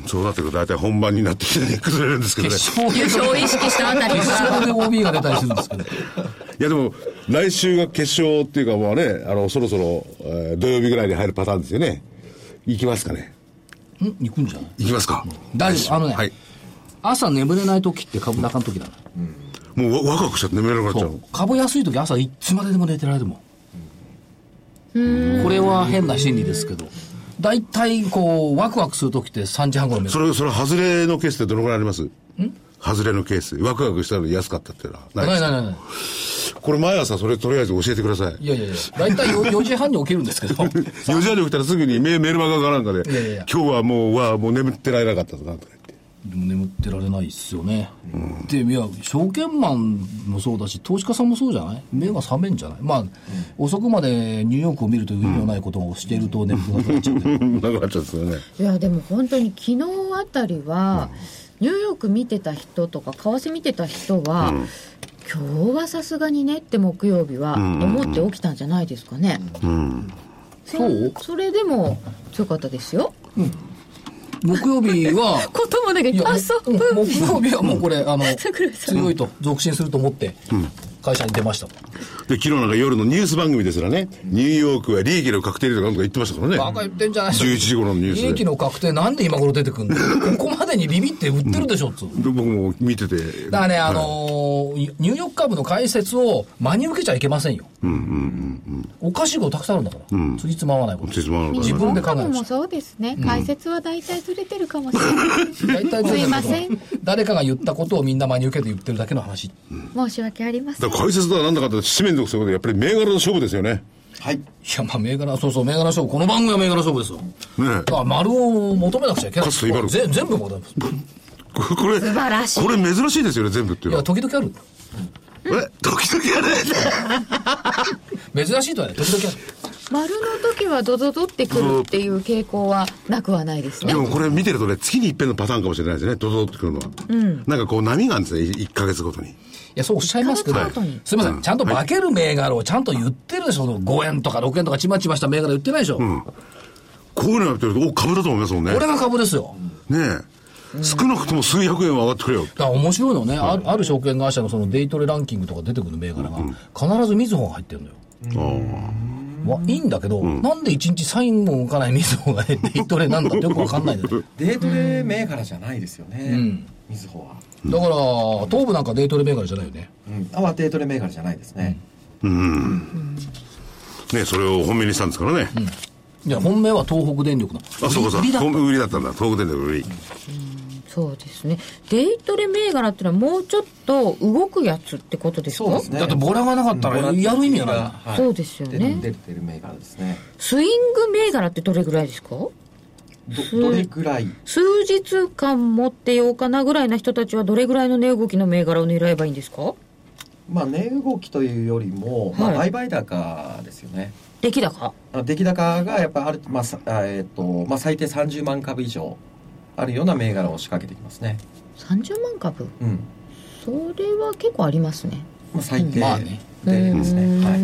Speaker 2: の。
Speaker 3: そうなってくると大体本番になってきてね、崩れるんですけどね。
Speaker 2: 決勝
Speaker 1: 優勝を意識したあたり
Speaker 2: 決勝
Speaker 1: が。
Speaker 2: で OB が出たりするんですけど。
Speaker 3: いや、でも、来週が決勝っていうか、まあね、あの、そろそろ、えー土曜日ぐらいに入るパターンですよね。行きますかね。
Speaker 2: ん行くんじゃない
Speaker 3: 行きますか。
Speaker 2: 大丈夫。あのね、
Speaker 3: はい。
Speaker 2: 朝眠れない時って株高の時だな。
Speaker 3: もうわ若くしちゃって眠れなくなっちゃ
Speaker 2: そう株安い時朝いつまででも寝てられるもんこれは変な心理ですけど大体こうワクワクする時って3時半頃目
Speaker 3: う。
Speaker 2: 覚
Speaker 3: そ
Speaker 2: める
Speaker 3: れ、それ、外れのケースってどのくらいあります外れのケース。ワクワクしたのに安かったっていうのは。ない
Speaker 2: ない
Speaker 3: です
Speaker 2: な
Speaker 3: か
Speaker 2: いないない
Speaker 3: これ毎朝それとりあえず教えてください。
Speaker 2: いやいやいや大体 4, 時半に起きるんですけど
Speaker 3: 4時半に起きたらすぐにメメールマガかなんかで
Speaker 2: いやいや、
Speaker 3: 今日はもう、わあもう眠ってられなかったとかなんとか言って。
Speaker 2: でも眠ってられないですよね、でいや証券マンもそうだし投資家さんもそうじゃない目が覚めんじゃないまあ、遅くまでニューヨークを見るという意味のないことをしていると眠くな くなっちゃうけど、
Speaker 3: なくなっちゃうんですよね。
Speaker 1: いやでも本当に昨日あたりは、ニューヨーク見てた人とか為替見てた人は、今日はさすがにねって木曜日は思って起きたんじゃないですかね、そ
Speaker 2: そう
Speaker 1: それでも強かったですよ
Speaker 2: 木曜日 は
Speaker 1: こともだけ
Speaker 2: いや
Speaker 1: あそう、
Speaker 2: ん
Speaker 1: うん
Speaker 2: 木曜日はもうこれあの
Speaker 1: 桜井さん
Speaker 2: 強いと続進すると思って会社に出ました、
Speaker 3: で、昨日なんか夜のニュース番組ですらね、ニューヨークは利益の確定とかなんとか言ってましたからね。
Speaker 2: バカ言ってんじゃないですか
Speaker 3: 11時頃のニュースで
Speaker 2: 利益の確定なんで今頃出てくんのここまでにビビって売ってるでしょっつう
Speaker 3: で僕も見てて。
Speaker 2: だからね、あ
Speaker 3: はい
Speaker 2: のーニューヨーク株の解説を真に受けちゃいけませんよ。おかしいことたくさんあるんだから。つりつまわないこと。
Speaker 3: つじつま合わないこと
Speaker 2: 自分で考え
Speaker 7: 株
Speaker 2: ま
Speaker 7: も
Speaker 2: し
Speaker 7: そうですね、解説は大体ずれてるかもしれない
Speaker 2: 大体どう
Speaker 7: すい
Speaker 2: な
Speaker 7: ま
Speaker 2: る
Speaker 7: せ
Speaker 2: の
Speaker 7: ん
Speaker 2: 誰かが言ったことをみんな真に受けて言ってるだけの話。い
Speaker 7: 申し訳ありませ
Speaker 3: だ
Speaker 7: ん
Speaker 3: から解説だなんだかって、紙面とかそういうことで、やっぱり銘柄の勝負ですよね。
Speaker 4: はい。
Speaker 2: や、まあ、銘柄、そうそう、銘柄勝負。この番組は銘柄勝負ですよ。
Speaker 3: ね
Speaker 2: だから丸を求めなくちゃいけない。
Speaker 3: 勝つと威張る
Speaker 2: ぜ全部求めます。
Speaker 3: え。これ、
Speaker 7: 素晴らしい
Speaker 3: これ珍しいですよね、全部ってい
Speaker 2: いう
Speaker 3: の
Speaker 2: や、
Speaker 3: は。
Speaker 2: 時々ある。
Speaker 3: え時々やれ
Speaker 2: 珍しいとはね、時々ある。
Speaker 1: 丸の時はドドドってくるっていう傾向はなくはない ですね
Speaker 3: でもこれ見てるとね、月に一遍のパターンかもしれないですね、ドドドってくるのは。なんかこう波があるんですね、1ヶ月ごとに。
Speaker 2: いや、そうおっしゃいますけど、
Speaker 1: 一ヶ月ごとに
Speaker 2: すみません、ちゃんと化ける銘柄をちゃんと言ってるでしょ、5円とか6円とかちまちました銘柄言ってないでしょ。
Speaker 3: こういうのやってると、お、株だと思いますもんね。
Speaker 2: これが株ですよ。
Speaker 3: ねえ。少なくとも数百円は上がってくれよ。
Speaker 2: だから面白いのね、あるある証券会社のそのデイトレランキングとか出てくる銘柄が、必ずみずほが入ってるのよ。まあ、いいんだけど、なんで1日サインも動かないみずほがねデイトレなんだってよくわかんないんだよ。
Speaker 4: デートレ銘柄じゃないですよね。みずほは。
Speaker 2: だから、東部なんかデイトレ銘柄じゃないよね。
Speaker 4: うん。あはデートレ銘柄じゃないですね。
Speaker 3: ねそれを本命にしたんですからね。
Speaker 2: いや、本命は東北電力の。
Speaker 3: あ、そうかそう
Speaker 2: 売り
Speaker 3: か。
Speaker 2: だ
Speaker 3: 本命売りだったんだ。東北電力売り。
Speaker 1: そうですねデイトレ銘柄ってのはもうちょっと動くやつってことですか
Speaker 4: そうですね。
Speaker 2: だってボラがなかったらやる意味がないな。
Speaker 4: はい
Speaker 1: そうですよね
Speaker 4: 出てる銘柄ですね。
Speaker 1: スイング銘柄ってどれぐらいですか
Speaker 4: ど、どれぐらい
Speaker 1: 数日間持ってようかなぐらいな人たちはどれぐらいの値動きの銘柄を狙えばいいんですか
Speaker 4: まあ、値動きというよりも、まあ、
Speaker 1: はい
Speaker 4: 売買高ですよね。
Speaker 1: 出来高
Speaker 4: あの出来高がやっぱりある、まあさあえっとまあ、最低30万株以上あるような銘柄を仕掛けてきますね、
Speaker 1: 30万株
Speaker 4: うん
Speaker 1: それは結構ありますね
Speaker 4: まあ、最低
Speaker 2: まあね
Speaker 4: でですね、
Speaker 1: う
Speaker 4: はい、
Speaker 1: ー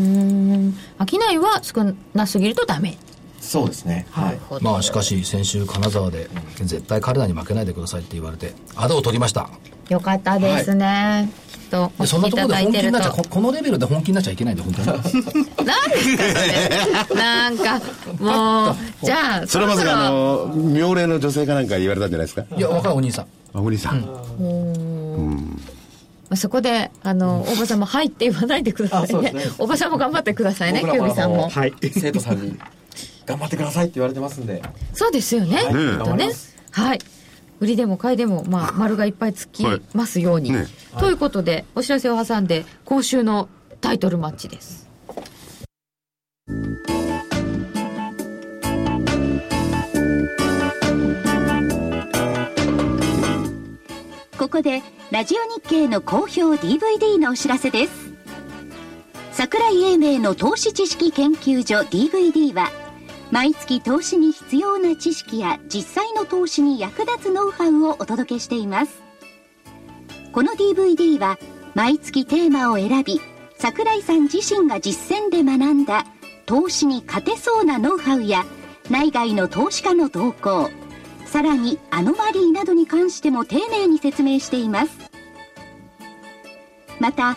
Speaker 1: ん商いは少なすぎるとダメ
Speaker 4: そうですね、はい、
Speaker 1: ほ
Speaker 2: まあしかし先週金沢で絶対彼らに負けないでくださいって言われてアドを取りました
Speaker 1: よかったですね、きっとお
Speaker 2: でそんな
Speaker 1: 聞きい
Speaker 2: とこ
Speaker 1: た
Speaker 2: ろで
Speaker 1: だい
Speaker 2: 本気
Speaker 1: て
Speaker 2: に
Speaker 1: ると
Speaker 2: なっちゃここのレベルで本気になっちゃいけないんで本当に
Speaker 1: 何ですかそれなん かもうじゃあ
Speaker 3: それはまさ
Speaker 1: ろ
Speaker 3: かあ
Speaker 1: ろ
Speaker 3: の、妙齢の女性かなんか言われたんじゃないですか。
Speaker 2: いや若いお兄さん
Speaker 3: あ、お兄さん。
Speaker 1: まあそこで、あの、おばさんもはいって言わないでくださ
Speaker 4: あそ
Speaker 1: いう
Speaker 4: で
Speaker 1: ね
Speaker 4: すね。
Speaker 1: おばさんも頑張ってくださいね、キ
Speaker 4: 僕
Speaker 1: ュウ
Speaker 4: らも
Speaker 1: リさんも。
Speaker 4: あの生徒さんに「頑張ってください」って言われてますんで
Speaker 1: そうですよね。
Speaker 3: ねえ
Speaker 1: きっとね。はい。売りでも買いでも、まあ、丸がいっぱいつきますように。
Speaker 3: はいね
Speaker 1: ということで、お知らせを挟んで、今週のタイトルマッチです。
Speaker 8: ここでラジオ日経の好評 DVD のお知らせです桜井英明の投資知識研究所 DVD は毎月投資に必要な知識や実際の投資に役立つノウハウをお届けしていますこの DVD は毎月テーマを選び桜井さん自身が実践で学んだ投資に勝てそうなノウハウや内外の投資家の動向さらにアノマリーなどに関しても丁寧に説明していますまた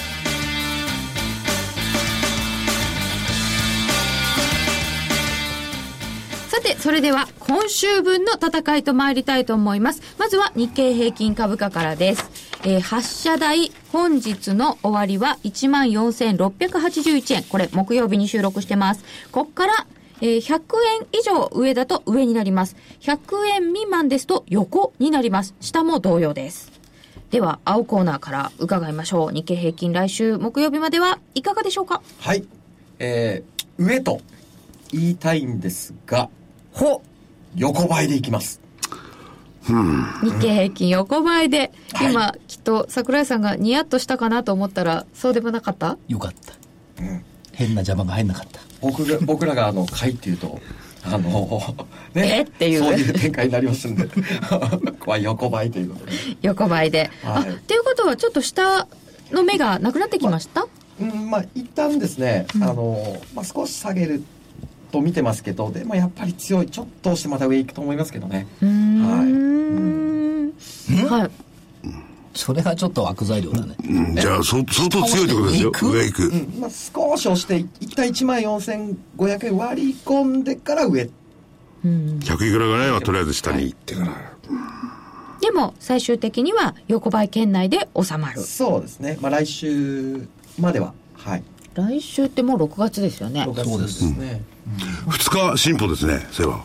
Speaker 7: さて、それでは今週分の戦いと参りたいと思います。まずは日経平均株価からです。
Speaker 1: えー発射台、本日の終わりは14,681円。これ、木曜日に収録してます。こっから、えー100円以上上だと上になります。100円未満ですと横になります。下も同様です。では、青コーナーから伺いましょう。日経平均来週木曜日まではいかがでしょうか
Speaker 4: はい。えー、上と言いたいんですが、ほ横ばいでいきます。
Speaker 1: 日経平均横ばいで、今、きっと桜井さんがニヤッとしたかなと思ったら、そうでもなかった
Speaker 2: よかった、変な邪魔が入んなかった
Speaker 4: 僕が僕らがあの会っていうとあの ね
Speaker 1: えっていう
Speaker 4: そういう展開になりますんで 怖い横ばいということで
Speaker 1: 横ばいで。
Speaker 4: はい
Speaker 1: あ、っていうことは、ちょっと下の目がなくなってきました、
Speaker 4: うんまあ一旦ですね、あの、まあ、少し下げると見てますけどでもやっぱり強いちょっと押してまた上行くと思いますけどね
Speaker 1: うーん
Speaker 4: はい
Speaker 1: はい。
Speaker 2: それがちょっと悪材料だね、
Speaker 3: うんじゃあ、そ相当強いってことですよ
Speaker 2: 行。く
Speaker 3: 上行く。
Speaker 4: まあ、少し押して一旦1万4500円割り込んでから上
Speaker 3: 100いくらぐらいはとりあえず下に行ってから。
Speaker 1: でも、最終的には横ばい圏内で収まる。
Speaker 4: そうですねまあ来週までははい
Speaker 7: 来週ってもう6月ですよね
Speaker 4: 6月
Speaker 2: そう
Speaker 4: で
Speaker 2: です
Speaker 4: すね、
Speaker 3: 2日進歩ですね、そういえば。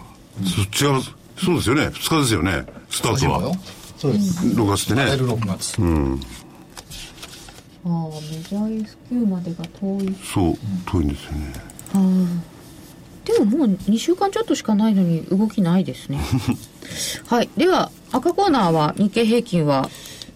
Speaker 3: そっちが、そうですよね。2日ですよね、スタートは。
Speaker 2: そうです
Speaker 3: 6月ってね。
Speaker 2: 6月、
Speaker 1: ああ、メジャー S q までが遠い。
Speaker 3: そう、遠いんですよね。
Speaker 7: でももう2週間ちょっとしかないのに動きないです ねはいでは赤コーナーは日経平均は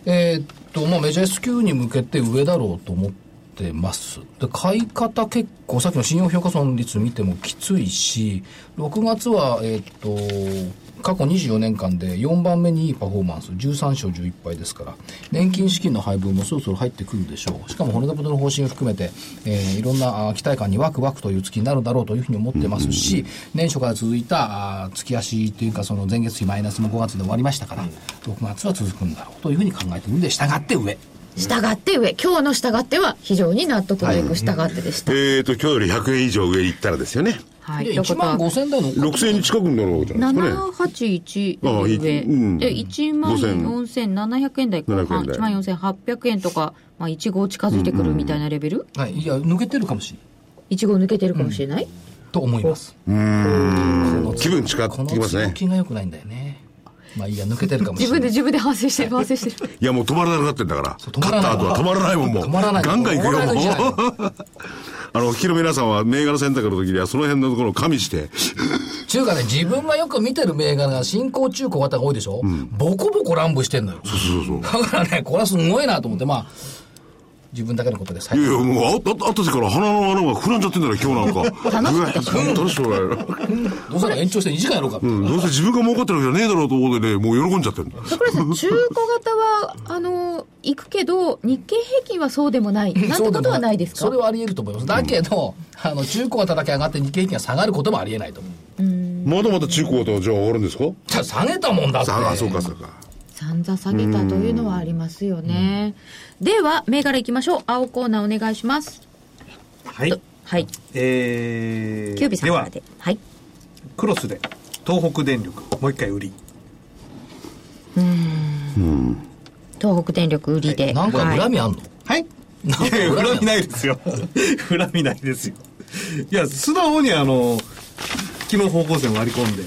Speaker 2: えーっとまあメジャー S q に向けて上だろうと思ってますで買い方結構さっきの信用評価損率見てもきついし6月はえーっと過去24年間で4番目にいいパフォーマンス13勝11敗ですから年金資金の配分もそろそろ入ってくるでしょうしかも骨太の方針を含めて、えーいろんなあー期待感にワクワクという月になるだろうというふうに思ってますし年初から続いたあー月足というかその前月比マイナスも5月で終わりましたから6月は続くんだろうというふうに考えているんで従って上
Speaker 7: 従って上今日の従っては非常に納得のいく従ってでした、
Speaker 3: えーと、今日より100円以上上に行ったらですよね。
Speaker 1: はい。
Speaker 2: で
Speaker 1: というこ
Speaker 2: 1
Speaker 1: とは
Speaker 2: 万5000台の
Speaker 3: 6000円近くになるわけじゃないですかね。
Speaker 1: 781
Speaker 3: ああい
Speaker 1: 上、
Speaker 3: うん
Speaker 1: で1万4700円台後半
Speaker 3: 700
Speaker 1: 1万4800円とか、まあ、1号近づいてくるみたいなレベル、
Speaker 2: はいいや抜けてるかもしれない
Speaker 7: 一号抜けてるかもしれない、
Speaker 2: と思います
Speaker 3: うん。気分近
Speaker 2: こ
Speaker 3: っ
Speaker 2: の
Speaker 3: てきますね
Speaker 2: 月。気が良くないんだよねまあいいや抜けてるかもし
Speaker 1: 自
Speaker 2: れな
Speaker 1: 分で
Speaker 2: い
Speaker 1: 自分で反省してる反省してる
Speaker 3: いや、もう止まらなくなってんだから。
Speaker 2: う止ま
Speaker 3: 勝
Speaker 2: ら
Speaker 3: っ
Speaker 2: ない
Speaker 3: た後は止まらないもん、もう。
Speaker 2: 止まらない
Speaker 3: ガンガン行くよ、
Speaker 2: 止まらない
Speaker 3: もう。 あの、お聞きの皆さんは、銘柄選択の時には、その辺のところを加味して、
Speaker 2: ちゅうかね自分がよく見てる銘柄が新興中古型が多いでしょ、ボコボコ乱舞してんのよ
Speaker 3: そうそう
Speaker 2: だからね、これはすごいなと思って、まあ、自分だけのことです。はいい
Speaker 3: やいや、もう、あ、あ、あった時から鼻の穴が膨らんじゃってんだろ、今日なんか。楽しくて。楽しくて。
Speaker 2: どうせなら延長して2時間やろうか。
Speaker 3: うん、どうせ自分が儲かってるわけじゃねえだろうと思ってね、もう喜んじゃってるんだ。
Speaker 1: 桜井さん中古型はあの行くけど日経平均は そうでもないなんてことはないですか
Speaker 2: そうでもそれはあり得ると思います。だけど、あの、中古が叩き上がって日経平均が下がることもあり得ないと思う。
Speaker 3: まだまだ中古とじゃあ上がるんですか
Speaker 2: じゃあ下げたもんだって。
Speaker 3: さあ、そうか、そうか。
Speaker 1: 散々下げたというのはありますよねでは銘柄いきましょう青コーナーお願いします
Speaker 5: はい。
Speaker 1: はい
Speaker 5: え
Speaker 1: キュービ
Speaker 5: ー、
Speaker 1: さ
Speaker 5: で
Speaker 1: んから
Speaker 5: は、
Speaker 1: ではい
Speaker 5: クロスで、東北電力、もう一回売り。
Speaker 1: 東北電力売りで、
Speaker 2: なんか
Speaker 1: は
Speaker 2: 恨
Speaker 1: い
Speaker 2: みあんの、
Speaker 5: はい。いやいや、恨みないですよ。 恨みないですよ。いや、素直にあの、昨日方向線割り込んで、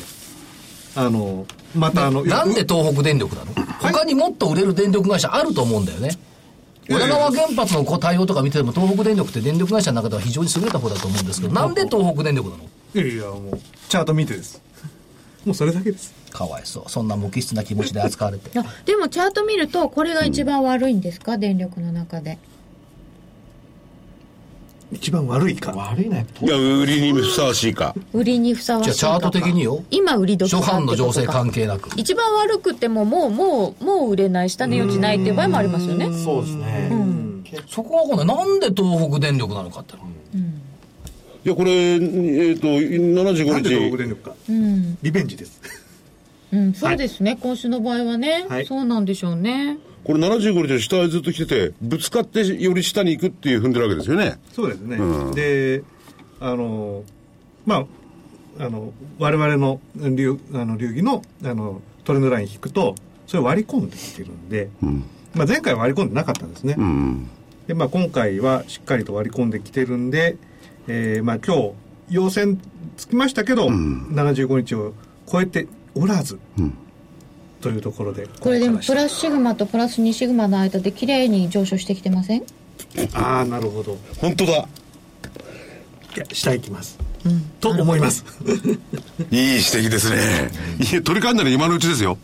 Speaker 5: あの、またあの、
Speaker 2: なんで
Speaker 5: う
Speaker 2: 東北電力なの、他にもっと売れる電力会社あると思うんだよね。
Speaker 5: やい
Speaker 2: 浦
Speaker 5: や
Speaker 2: 川原発のこう対応とか見てても東北電力って電力会社の中では非常に優れた方だと思うんですけど、なんで東北電力なの
Speaker 5: いやいや、もう、チャート見てです。もうそれだけです。
Speaker 2: かわいそう。そんな無機質な気持ちで扱われて。
Speaker 7: あでもチャート見るとこれが一番悪いんですか、電力の中で
Speaker 5: 一番悪いか。
Speaker 4: 悪いなやっぱ
Speaker 3: いや、売りにふさわしいか。
Speaker 7: 売りにふさわしいか
Speaker 2: じゃあチャート的によ
Speaker 7: 今売り時
Speaker 2: 初
Speaker 7: か
Speaker 2: 版の情勢関
Speaker 7: 係
Speaker 2: 係なく。
Speaker 7: 一番悪くてももうもうもう売れない下値余地ないっていう場合もありますよね
Speaker 4: そうですね、
Speaker 2: そこはこのなんで東北電力なのかっての
Speaker 3: いや、これ、えっ、と、
Speaker 5: なんで
Speaker 3: 75
Speaker 5: 東北
Speaker 3: 日。
Speaker 5: 電力か。
Speaker 7: うん、
Speaker 5: リベンジです。
Speaker 7: うん、そうですね、今週の場合はね、
Speaker 5: はい
Speaker 7: そうなんでしょうね
Speaker 3: これ75日の下へずっと来てて、ぶつかってより下に行くっていう踏んでるわけですよね。
Speaker 5: そうですね、
Speaker 3: うん
Speaker 5: であのまああの我々の流あの流儀のあのトレンドライン引くとそれ割り込んできてるんで、まあ、前回は割り込んでなかったんですね。
Speaker 3: うん。
Speaker 5: で、まあ、今回はしっかりと割り込んできてるんで、えーまあ、今日、要線つきましたけど、75日を超えておらず、というところで。
Speaker 7: これでもプラスシグマとプラス2シグマの間で綺麗に上昇してきてません
Speaker 5: ああ、なるほど。
Speaker 3: 本当だ。
Speaker 5: いや、下行きます。と思います。
Speaker 3: いい指摘ですね。いや、取り替えんなら今のうちですよ。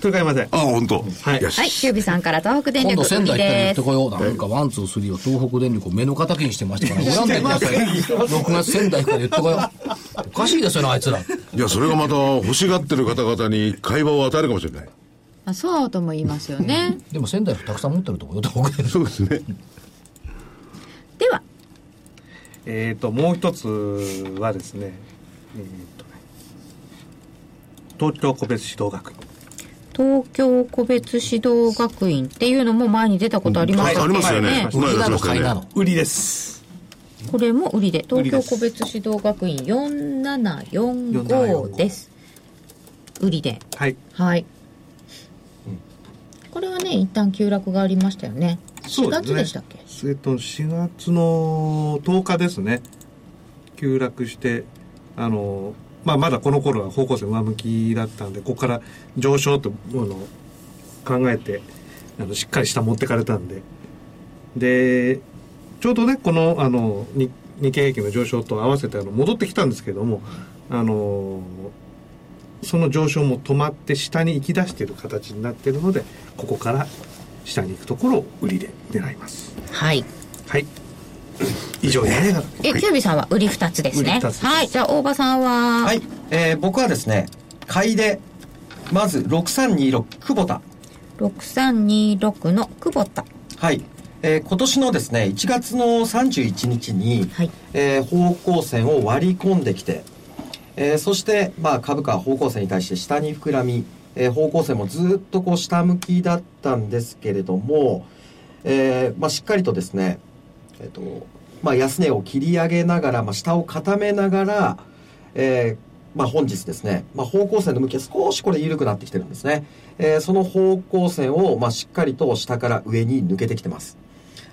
Speaker 5: とりかえません。
Speaker 3: ああ、本当。
Speaker 5: はい
Speaker 3: よ
Speaker 1: はい、
Speaker 3: し。
Speaker 1: キュービさんから東北電
Speaker 2: 今
Speaker 1: 力
Speaker 2: 度仙台行ったら言
Speaker 1: で
Speaker 2: って
Speaker 1: す。
Speaker 2: こようなんかワンツースリーは東北電力を目の敵にしてましたから恨んでください6月仙台行くから言ってこようおかしいですよねあいつら
Speaker 3: いや、それがまた欲しがってる方々に会話を与えるかもしれない。
Speaker 1: まあそうとも言いますよね。
Speaker 2: でも仙台たくさん持ってると思うよ東北電力
Speaker 3: そうですね。
Speaker 1: では、
Speaker 5: えっ、と、もう一つはですね、えーとね東京個別指導学院。
Speaker 1: 東京個別指導学院っていうのも前に出たことありました
Speaker 3: あ
Speaker 1: っ
Speaker 3: り
Speaker 1: け
Speaker 3: ましたよね。この間
Speaker 2: 売りな
Speaker 3: 出しま
Speaker 2: の
Speaker 3: したよ
Speaker 2: 買い
Speaker 3: ね
Speaker 2: なの
Speaker 5: 売りです。
Speaker 1: これも売りで東
Speaker 5: り
Speaker 1: 京
Speaker 5: です
Speaker 1: 個別指導学院4745です売りで
Speaker 5: はい。
Speaker 1: はいこれはね一旦急落がありましたよね4月でしたっけ
Speaker 5: えっと、4月の10日ですね。急落して、あの、まあ、まだこの頃は方向性上向きだったんで、ここから上昇と、あの、考えて、あの、しっかり下持ってかれたんで。で、ちょうどね、この、あの、に日経平均の上昇と合わせて、あの、戻ってきたんですけども、あの、その上昇も止まって下に行き出している形になっているので、ここから下に行くところを売りで狙います。
Speaker 1: はい
Speaker 5: はい。以上です。
Speaker 1: えキュービさんは売り2つです
Speaker 5: 売
Speaker 1: ね
Speaker 5: り二つです
Speaker 1: はいじゃあ大場さんは、
Speaker 4: はい、えー僕はですね買いでまず6326久保田
Speaker 1: 6326の久保田
Speaker 4: はい、えー今年のですね1月の31日に、
Speaker 1: はい
Speaker 4: えー方向線を割り込んできて、えーそして、まあ、株価は方向線に対して下に膨らみ、えー方向線もずっとこう下向きだったんですけれども、えーまあ、しっかりとですね、えーとまあ、安値を切り上げながら、まあ、下を固めながら、えーまあ、本日ですね、まあ、方向線の向きが少しこれ緩くなってきてるんですね、えーその方向線を、まあ、しっかりと下から上に抜けてきてます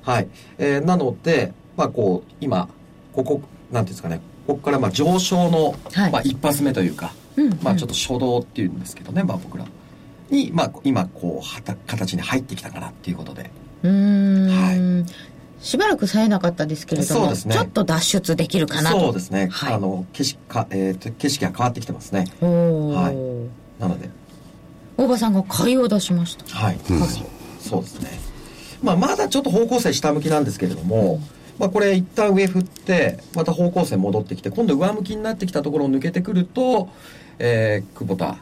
Speaker 4: はい、えーなので、まあ、こう今ここなんていうんですかねここからまあ上昇の、
Speaker 1: はい
Speaker 4: まあ、一発目というか、
Speaker 1: うん
Speaker 4: まあ、ちょっと初動っていうんですけどね、まあ、僕らに、まあ、今こうはた形に入ってきたかなっていうことで
Speaker 1: うーんしばらく冴えなかったですけれど
Speaker 4: そう
Speaker 1: も、
Speaker 4: ですね
Speaker 1: ちょっと脱出できるかなと
Speaker 4: そうですね、
Speaker 1: はい
Speaker 4: あの景色か、えーと景色が変わってきてますね
Speaker 1: おお、
Speaker 4: はいなので
Speaker 1: 大場さんが買いを出しました
Speaker 4: はい、そうそうですね、まあ、まだちょっと方向性下向きなんですけれども、まあ、これ一旦上振ってまた方向性戻ってきて今度上向きになってきたところを抜けてくると、えー、久保田、ま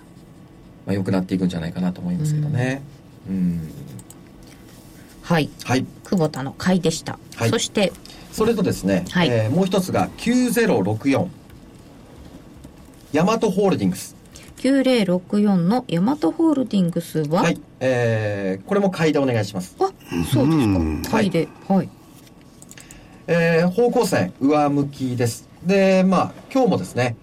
Speaker 4: あ、良くなっていくんじゃないかなと思いますけどねうん、
Speaker 1: はい
Speaker 4: はい
Speaker 1: 久保田の買いでした、
Speaker 4: はい
Speaker 1: そして
Speaker 4: それとですね、
Speaker 1: はい
Speaker 4: えーもう一つが9064ヤマトホールディングス
Speaker 1: 9064のヤマトホールディングスは、
Speaker 4: はい、えーこれも買いでお願いします
Speaker 1: あそうですか、買いではい、
Speaker 4: えー方向線上向きですでまあ今日もですね、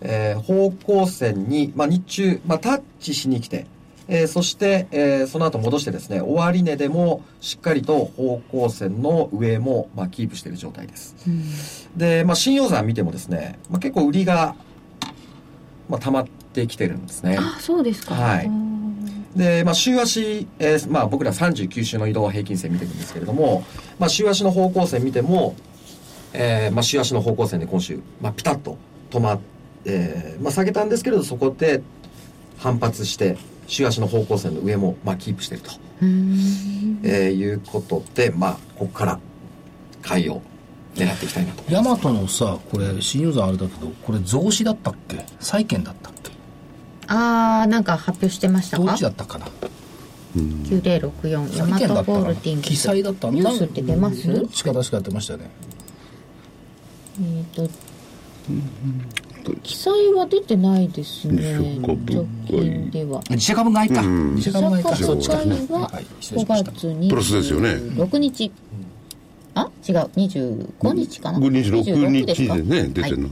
Speaker 4: えー方向線に、まあ、日中、まあ、タッチしに来て、えーそして、えーその後戻してですね終値でもしっかりと方向線の上も、まあ、キープしている状態です、で、まあ、新用山見てもですね、まあ、結構売りが、まあ、溜まってきてるんですね
Speaker 1: あそうですか
Speaker 4: はい
Speaker 1: うん
Speaker 4: で、まあ、週足、えーまあ、僕ら39週の移動平均線見ていくんですけれども、まあ、週足の方向線見ても、えーまあ、週足の方向線で今週、まあ、ピタッと止まっえーまあ、下げたんですけれどそこで反発して週足の方向線の上も、まあ、キープしてると、えーいうことで、まあ、ここから買いを狙っていきたいなと
Speaker 2: ヤマトのさこれ新ユーザーあれだけどこれ増資だったっけ債券だったっけ
Speaker 1: あーなんか発表してました
Speaker 2: ど
Speaker 1: か
Speaker 2: っちだったかな
Speaker 1: 9064ヤマ
Speaker 2: 債券だ
Speaker 1: ト
Speaker 2: った
Speaker 1: ホ
Speaker 2: か
Speaker 1: ー
Speaker 2: な
Speaker 1: ルディングス
Speaker 2: 記載だった
Speaker 1: ニュースって出ます、
Speaker 2: どっちか確かやってましたよね
Speaker 1: えーと記載は出てないですね直近では
Speaker 2: 自社株買いか自社
Speaker 1: 社
Speaker 2: 株買
Speaker 1: 会
Speaker 2: いかそっちか
Speaker 1: は
Speaker 2: はい失礼し
Speaker 1: 5
Speaker 2: ました
Speaker 1: 月に
Speaker 3: プラスですよね
Speaker 1: 6日あ違う25日かな
Speaker 3: 26日でね、出て
Speaker 1: は
Speaker 3: る
Speaker 1: い
Speaker 3: の。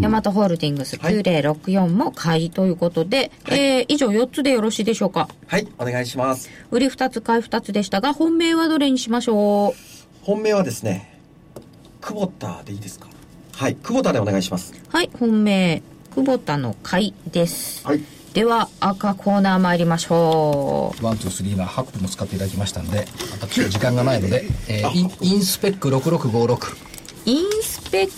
Speaker 1: ヤマトホールディングス9064も買いということで、えー以上4つでよろしいでしょうか。
Speaker 4: はい、お願いします。
Speaker 1: 売り2つ買い2つでしたが、本命はどれにしましょう
Speaker 4: 本命はですね、久保田でいいですかはい、久保田でお願いします。
Speaker 1: はい、本命、久保田の買いです。
Speaker 4: はい。
Speaker 1: では、赤コーナー参りましょう。
Speaker 2: ワン、ツー、スリーが8分も使っていただきましたので、あと今日時間がないので、えーインインスペック6656。
Speaker 1: インスペック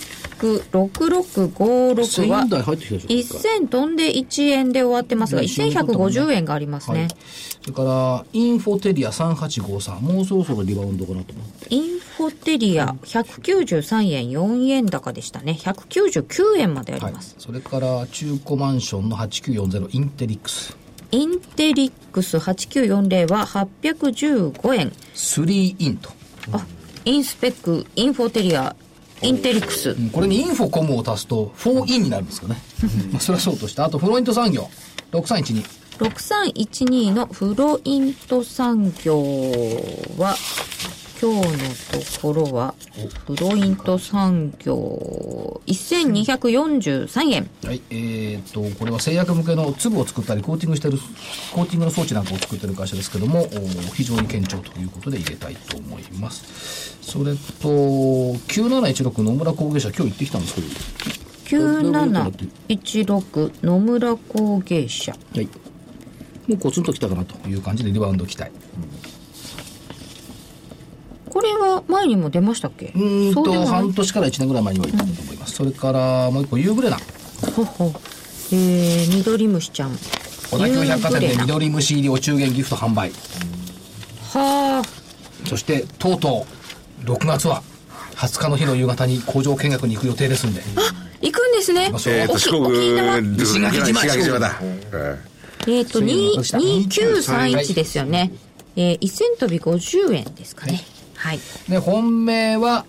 Speaker 1: 6656は
Speaker 2: 1000台入ってきたでしょ
Speaker 1: 1000飛んで1円で終わってますが
Speaker 2: いや
Speaker 1: 1150円がありますね、
Speaker 2: はいそれから、インフォテリア3853。もうそろそろリバウンドかなと思って。
Speaker 1: インフォテリア193円4円高でしたね199円まであ
Speaker 2: は
Speaker 1: り
Speaker 2: い
Speaker 1: ます、。
Speaker 2: それから、中古マンションの8940インテリックス。
Speaker 1: インテリックス8940は815円
Speaker 2: 3インと。
Speaker 1: あインスペックインフォテリアインテリックス
Speaker 2: うんこれにインフォコムを足すと、4インになるんですかね。まあ、それはそうとして。あと、フロイント産業。6312。
Speaker 1: 6312のフロイント産業は、今日のところは、フロイント産業、1243円。
Speaker 2: はい、えーっと、これは製薬向けの粒を作ったり、コーティングしてる、コーティングの装置なんかを作ってる会社ですけども、お非常に堅調ということで入れたいと思います。それと、9716野村工芸社、今日行ってきたんですけど、
Speaker 1: 9716野村工芸社。
Speaker 2: はい。もうコツンときたかなという感じでリバウンド期待。
Speaker 1: これは前にも出ましたっけ
Speaker 2: うーん
Speaker 1: そうで
Speaker 2: と、
Speaker 1: もない
Speaker 2: 半年から1年ぐらい前には行ったと思います。それから、もう一個、ユーグレナ。
Speaker 1: ほほ。えー、緑虫ちゃん。
Speaker 2: 小田急百貨店で
Speaker 1: 夕暮れな
Speaker 2: 緑虫入りお中元ギフト販売。
Speaker 1: はあ。
Speaker 2: そして、とうとう、6月は、20日の日の夕方に工場見学に行く予定ですんで。
Speaker 1: 行くんですね。
Speaker 2: まあそう
Speaker 3: えっと、
Speaker 1: 沖
Speaker 3: 四国、
Speaker 1: 沖縄
Speaker 3: 石
Speaker 2: 石垣島
Speaker 3: 垣島だ。
Speaker 1: えっ、と、
Speaker 2: そうした
Speaker 1: 2 2931ですよね。えー、1000飛び50円ですかね。はい。
Speaker 2: で、本命は、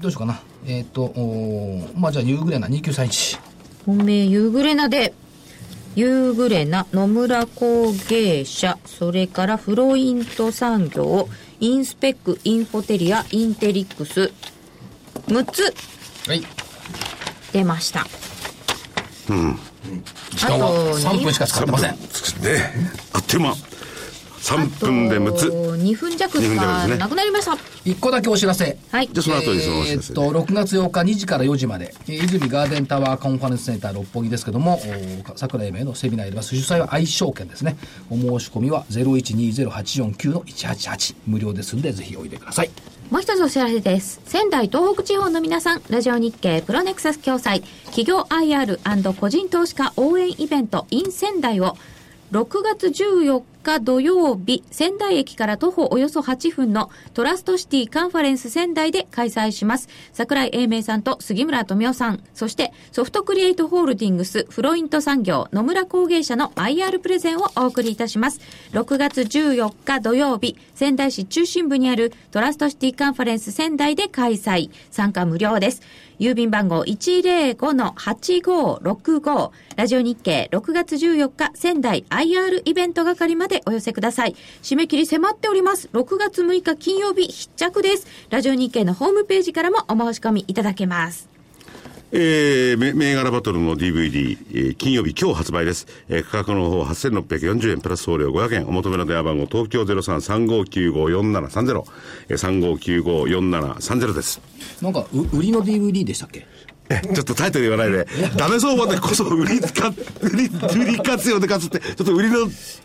Speaker 2: どうしようかな。えっ、と、おーまあじゃあ、夕暮れな2931。
Speaker 1: 本命夕暮れなで、夕暮れな野村工芸社、それからフロイント産業、インスペック、インフォテリア、インテリックス、6つ
Speaker 2: はい。
Speaker 1: 出ました。
Speaker 2: 時間は
Speaker 1: あと
Speaker 2: 3分しか使ってません。
Speaker 3: ねあっという間。3分で6つ。
Speaker 1: 2分弱し
Speaker 3: 二分弱で
Speaker 1: か
Speaker 3: すね
Speaker 1: なくなりました。
Speaker 2: 1個だけお知らせ。
Speaker 1: はい
Speaker 3: じゃあ、。その後にそのお知
Speaker 2: え
Speaker 3: ら
Speaker 2: ー
Speaker 3: せ
Speaker 2: っ
Speaker 3: で
Speaker 2: と、6月8日2時から4時まで、えー泉ガーデンタワーコンファレンスセンター六本木ですけども、おー桜井英明のセミナーやります。主催は愛称券ですね。お申し込みは0120849-188。無料ですんで、ぜひおいでください。
Speaker 1: もう一つお知らせです。仙台、東北地方の皆さん、ラジオ日経プロネクサス共催、企業 IR& 個人投資家応援イベント in 仙台を、6月14日土曜日、仙台駅から徒歩およそ8分のトラストシティカンファレンス仙台で開催します。桜井英明さんと杉村富夫さん、そしてソフトクリエイトホールディングス、フロイント産業、野村工芸社の IR プレゼンをお送りいたします。6月14日土曜日、仙台市中心部にあるトラストシティカンファレンス仙台で開催。参加無料です。郵便番号105-8565。ラジオ日経6月14日仙台 IR イベント係までお寄せください。締め切り迫っております。6月6日金曜日必着です。ラジオ日経のホームページからもお申し込みいただけます。
Speaker 3: えー、め銘柄バトルの DVD、えー金曜日今日発売です。えー価格の方8640円プラス送料500円。お求めの電話番号東京0335954730、えー、35954730です。
Speaker 2: なんか、う売りの DVD でしたっけ
Speaker 3: えちょっとタイトル言わないで、 ダメ相場でこそ売りか、 売り、売り活用で勝つって、ちょっと売りの、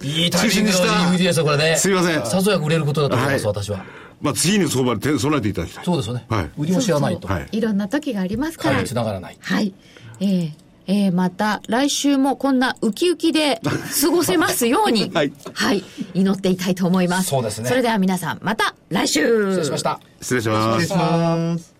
Speaker 2: いいタイミングの
Speaker 3: 中心に
Speaker 2: DVD
Speaker 3: し
Speaker 2: ですよ、これね。
Speaker 3: すいません
Speaker 2: さぞやく売れることだと思います、
Speaker 3: はい
Speaker 2: 私は。
Speaker 3: まあ、次の相場で備えていただきたい。
Speaker 2: そうですよね。
Speaker 3: はい
Speaker 2: 売りを知らないと。
Speaker 3: はい。
Speaker 7: いろんな時がありますか
Speaker 2: 買い
Speaker 7: ら
Speaker 2: に。つながらない。
Speaker 7: はい。えーえーまた来週もこんなウキウキで過ごせますよ うに、
Speaker 3: はい
Speaker 7: はい、祈っていたいと思います。
Speaker 2: そうですね
Speaker 7: それでは皆さん、また来週
Speaker 2: 失礼しました。
Speaker 3: 失礼します
Speaker 5: 失礼し。ます。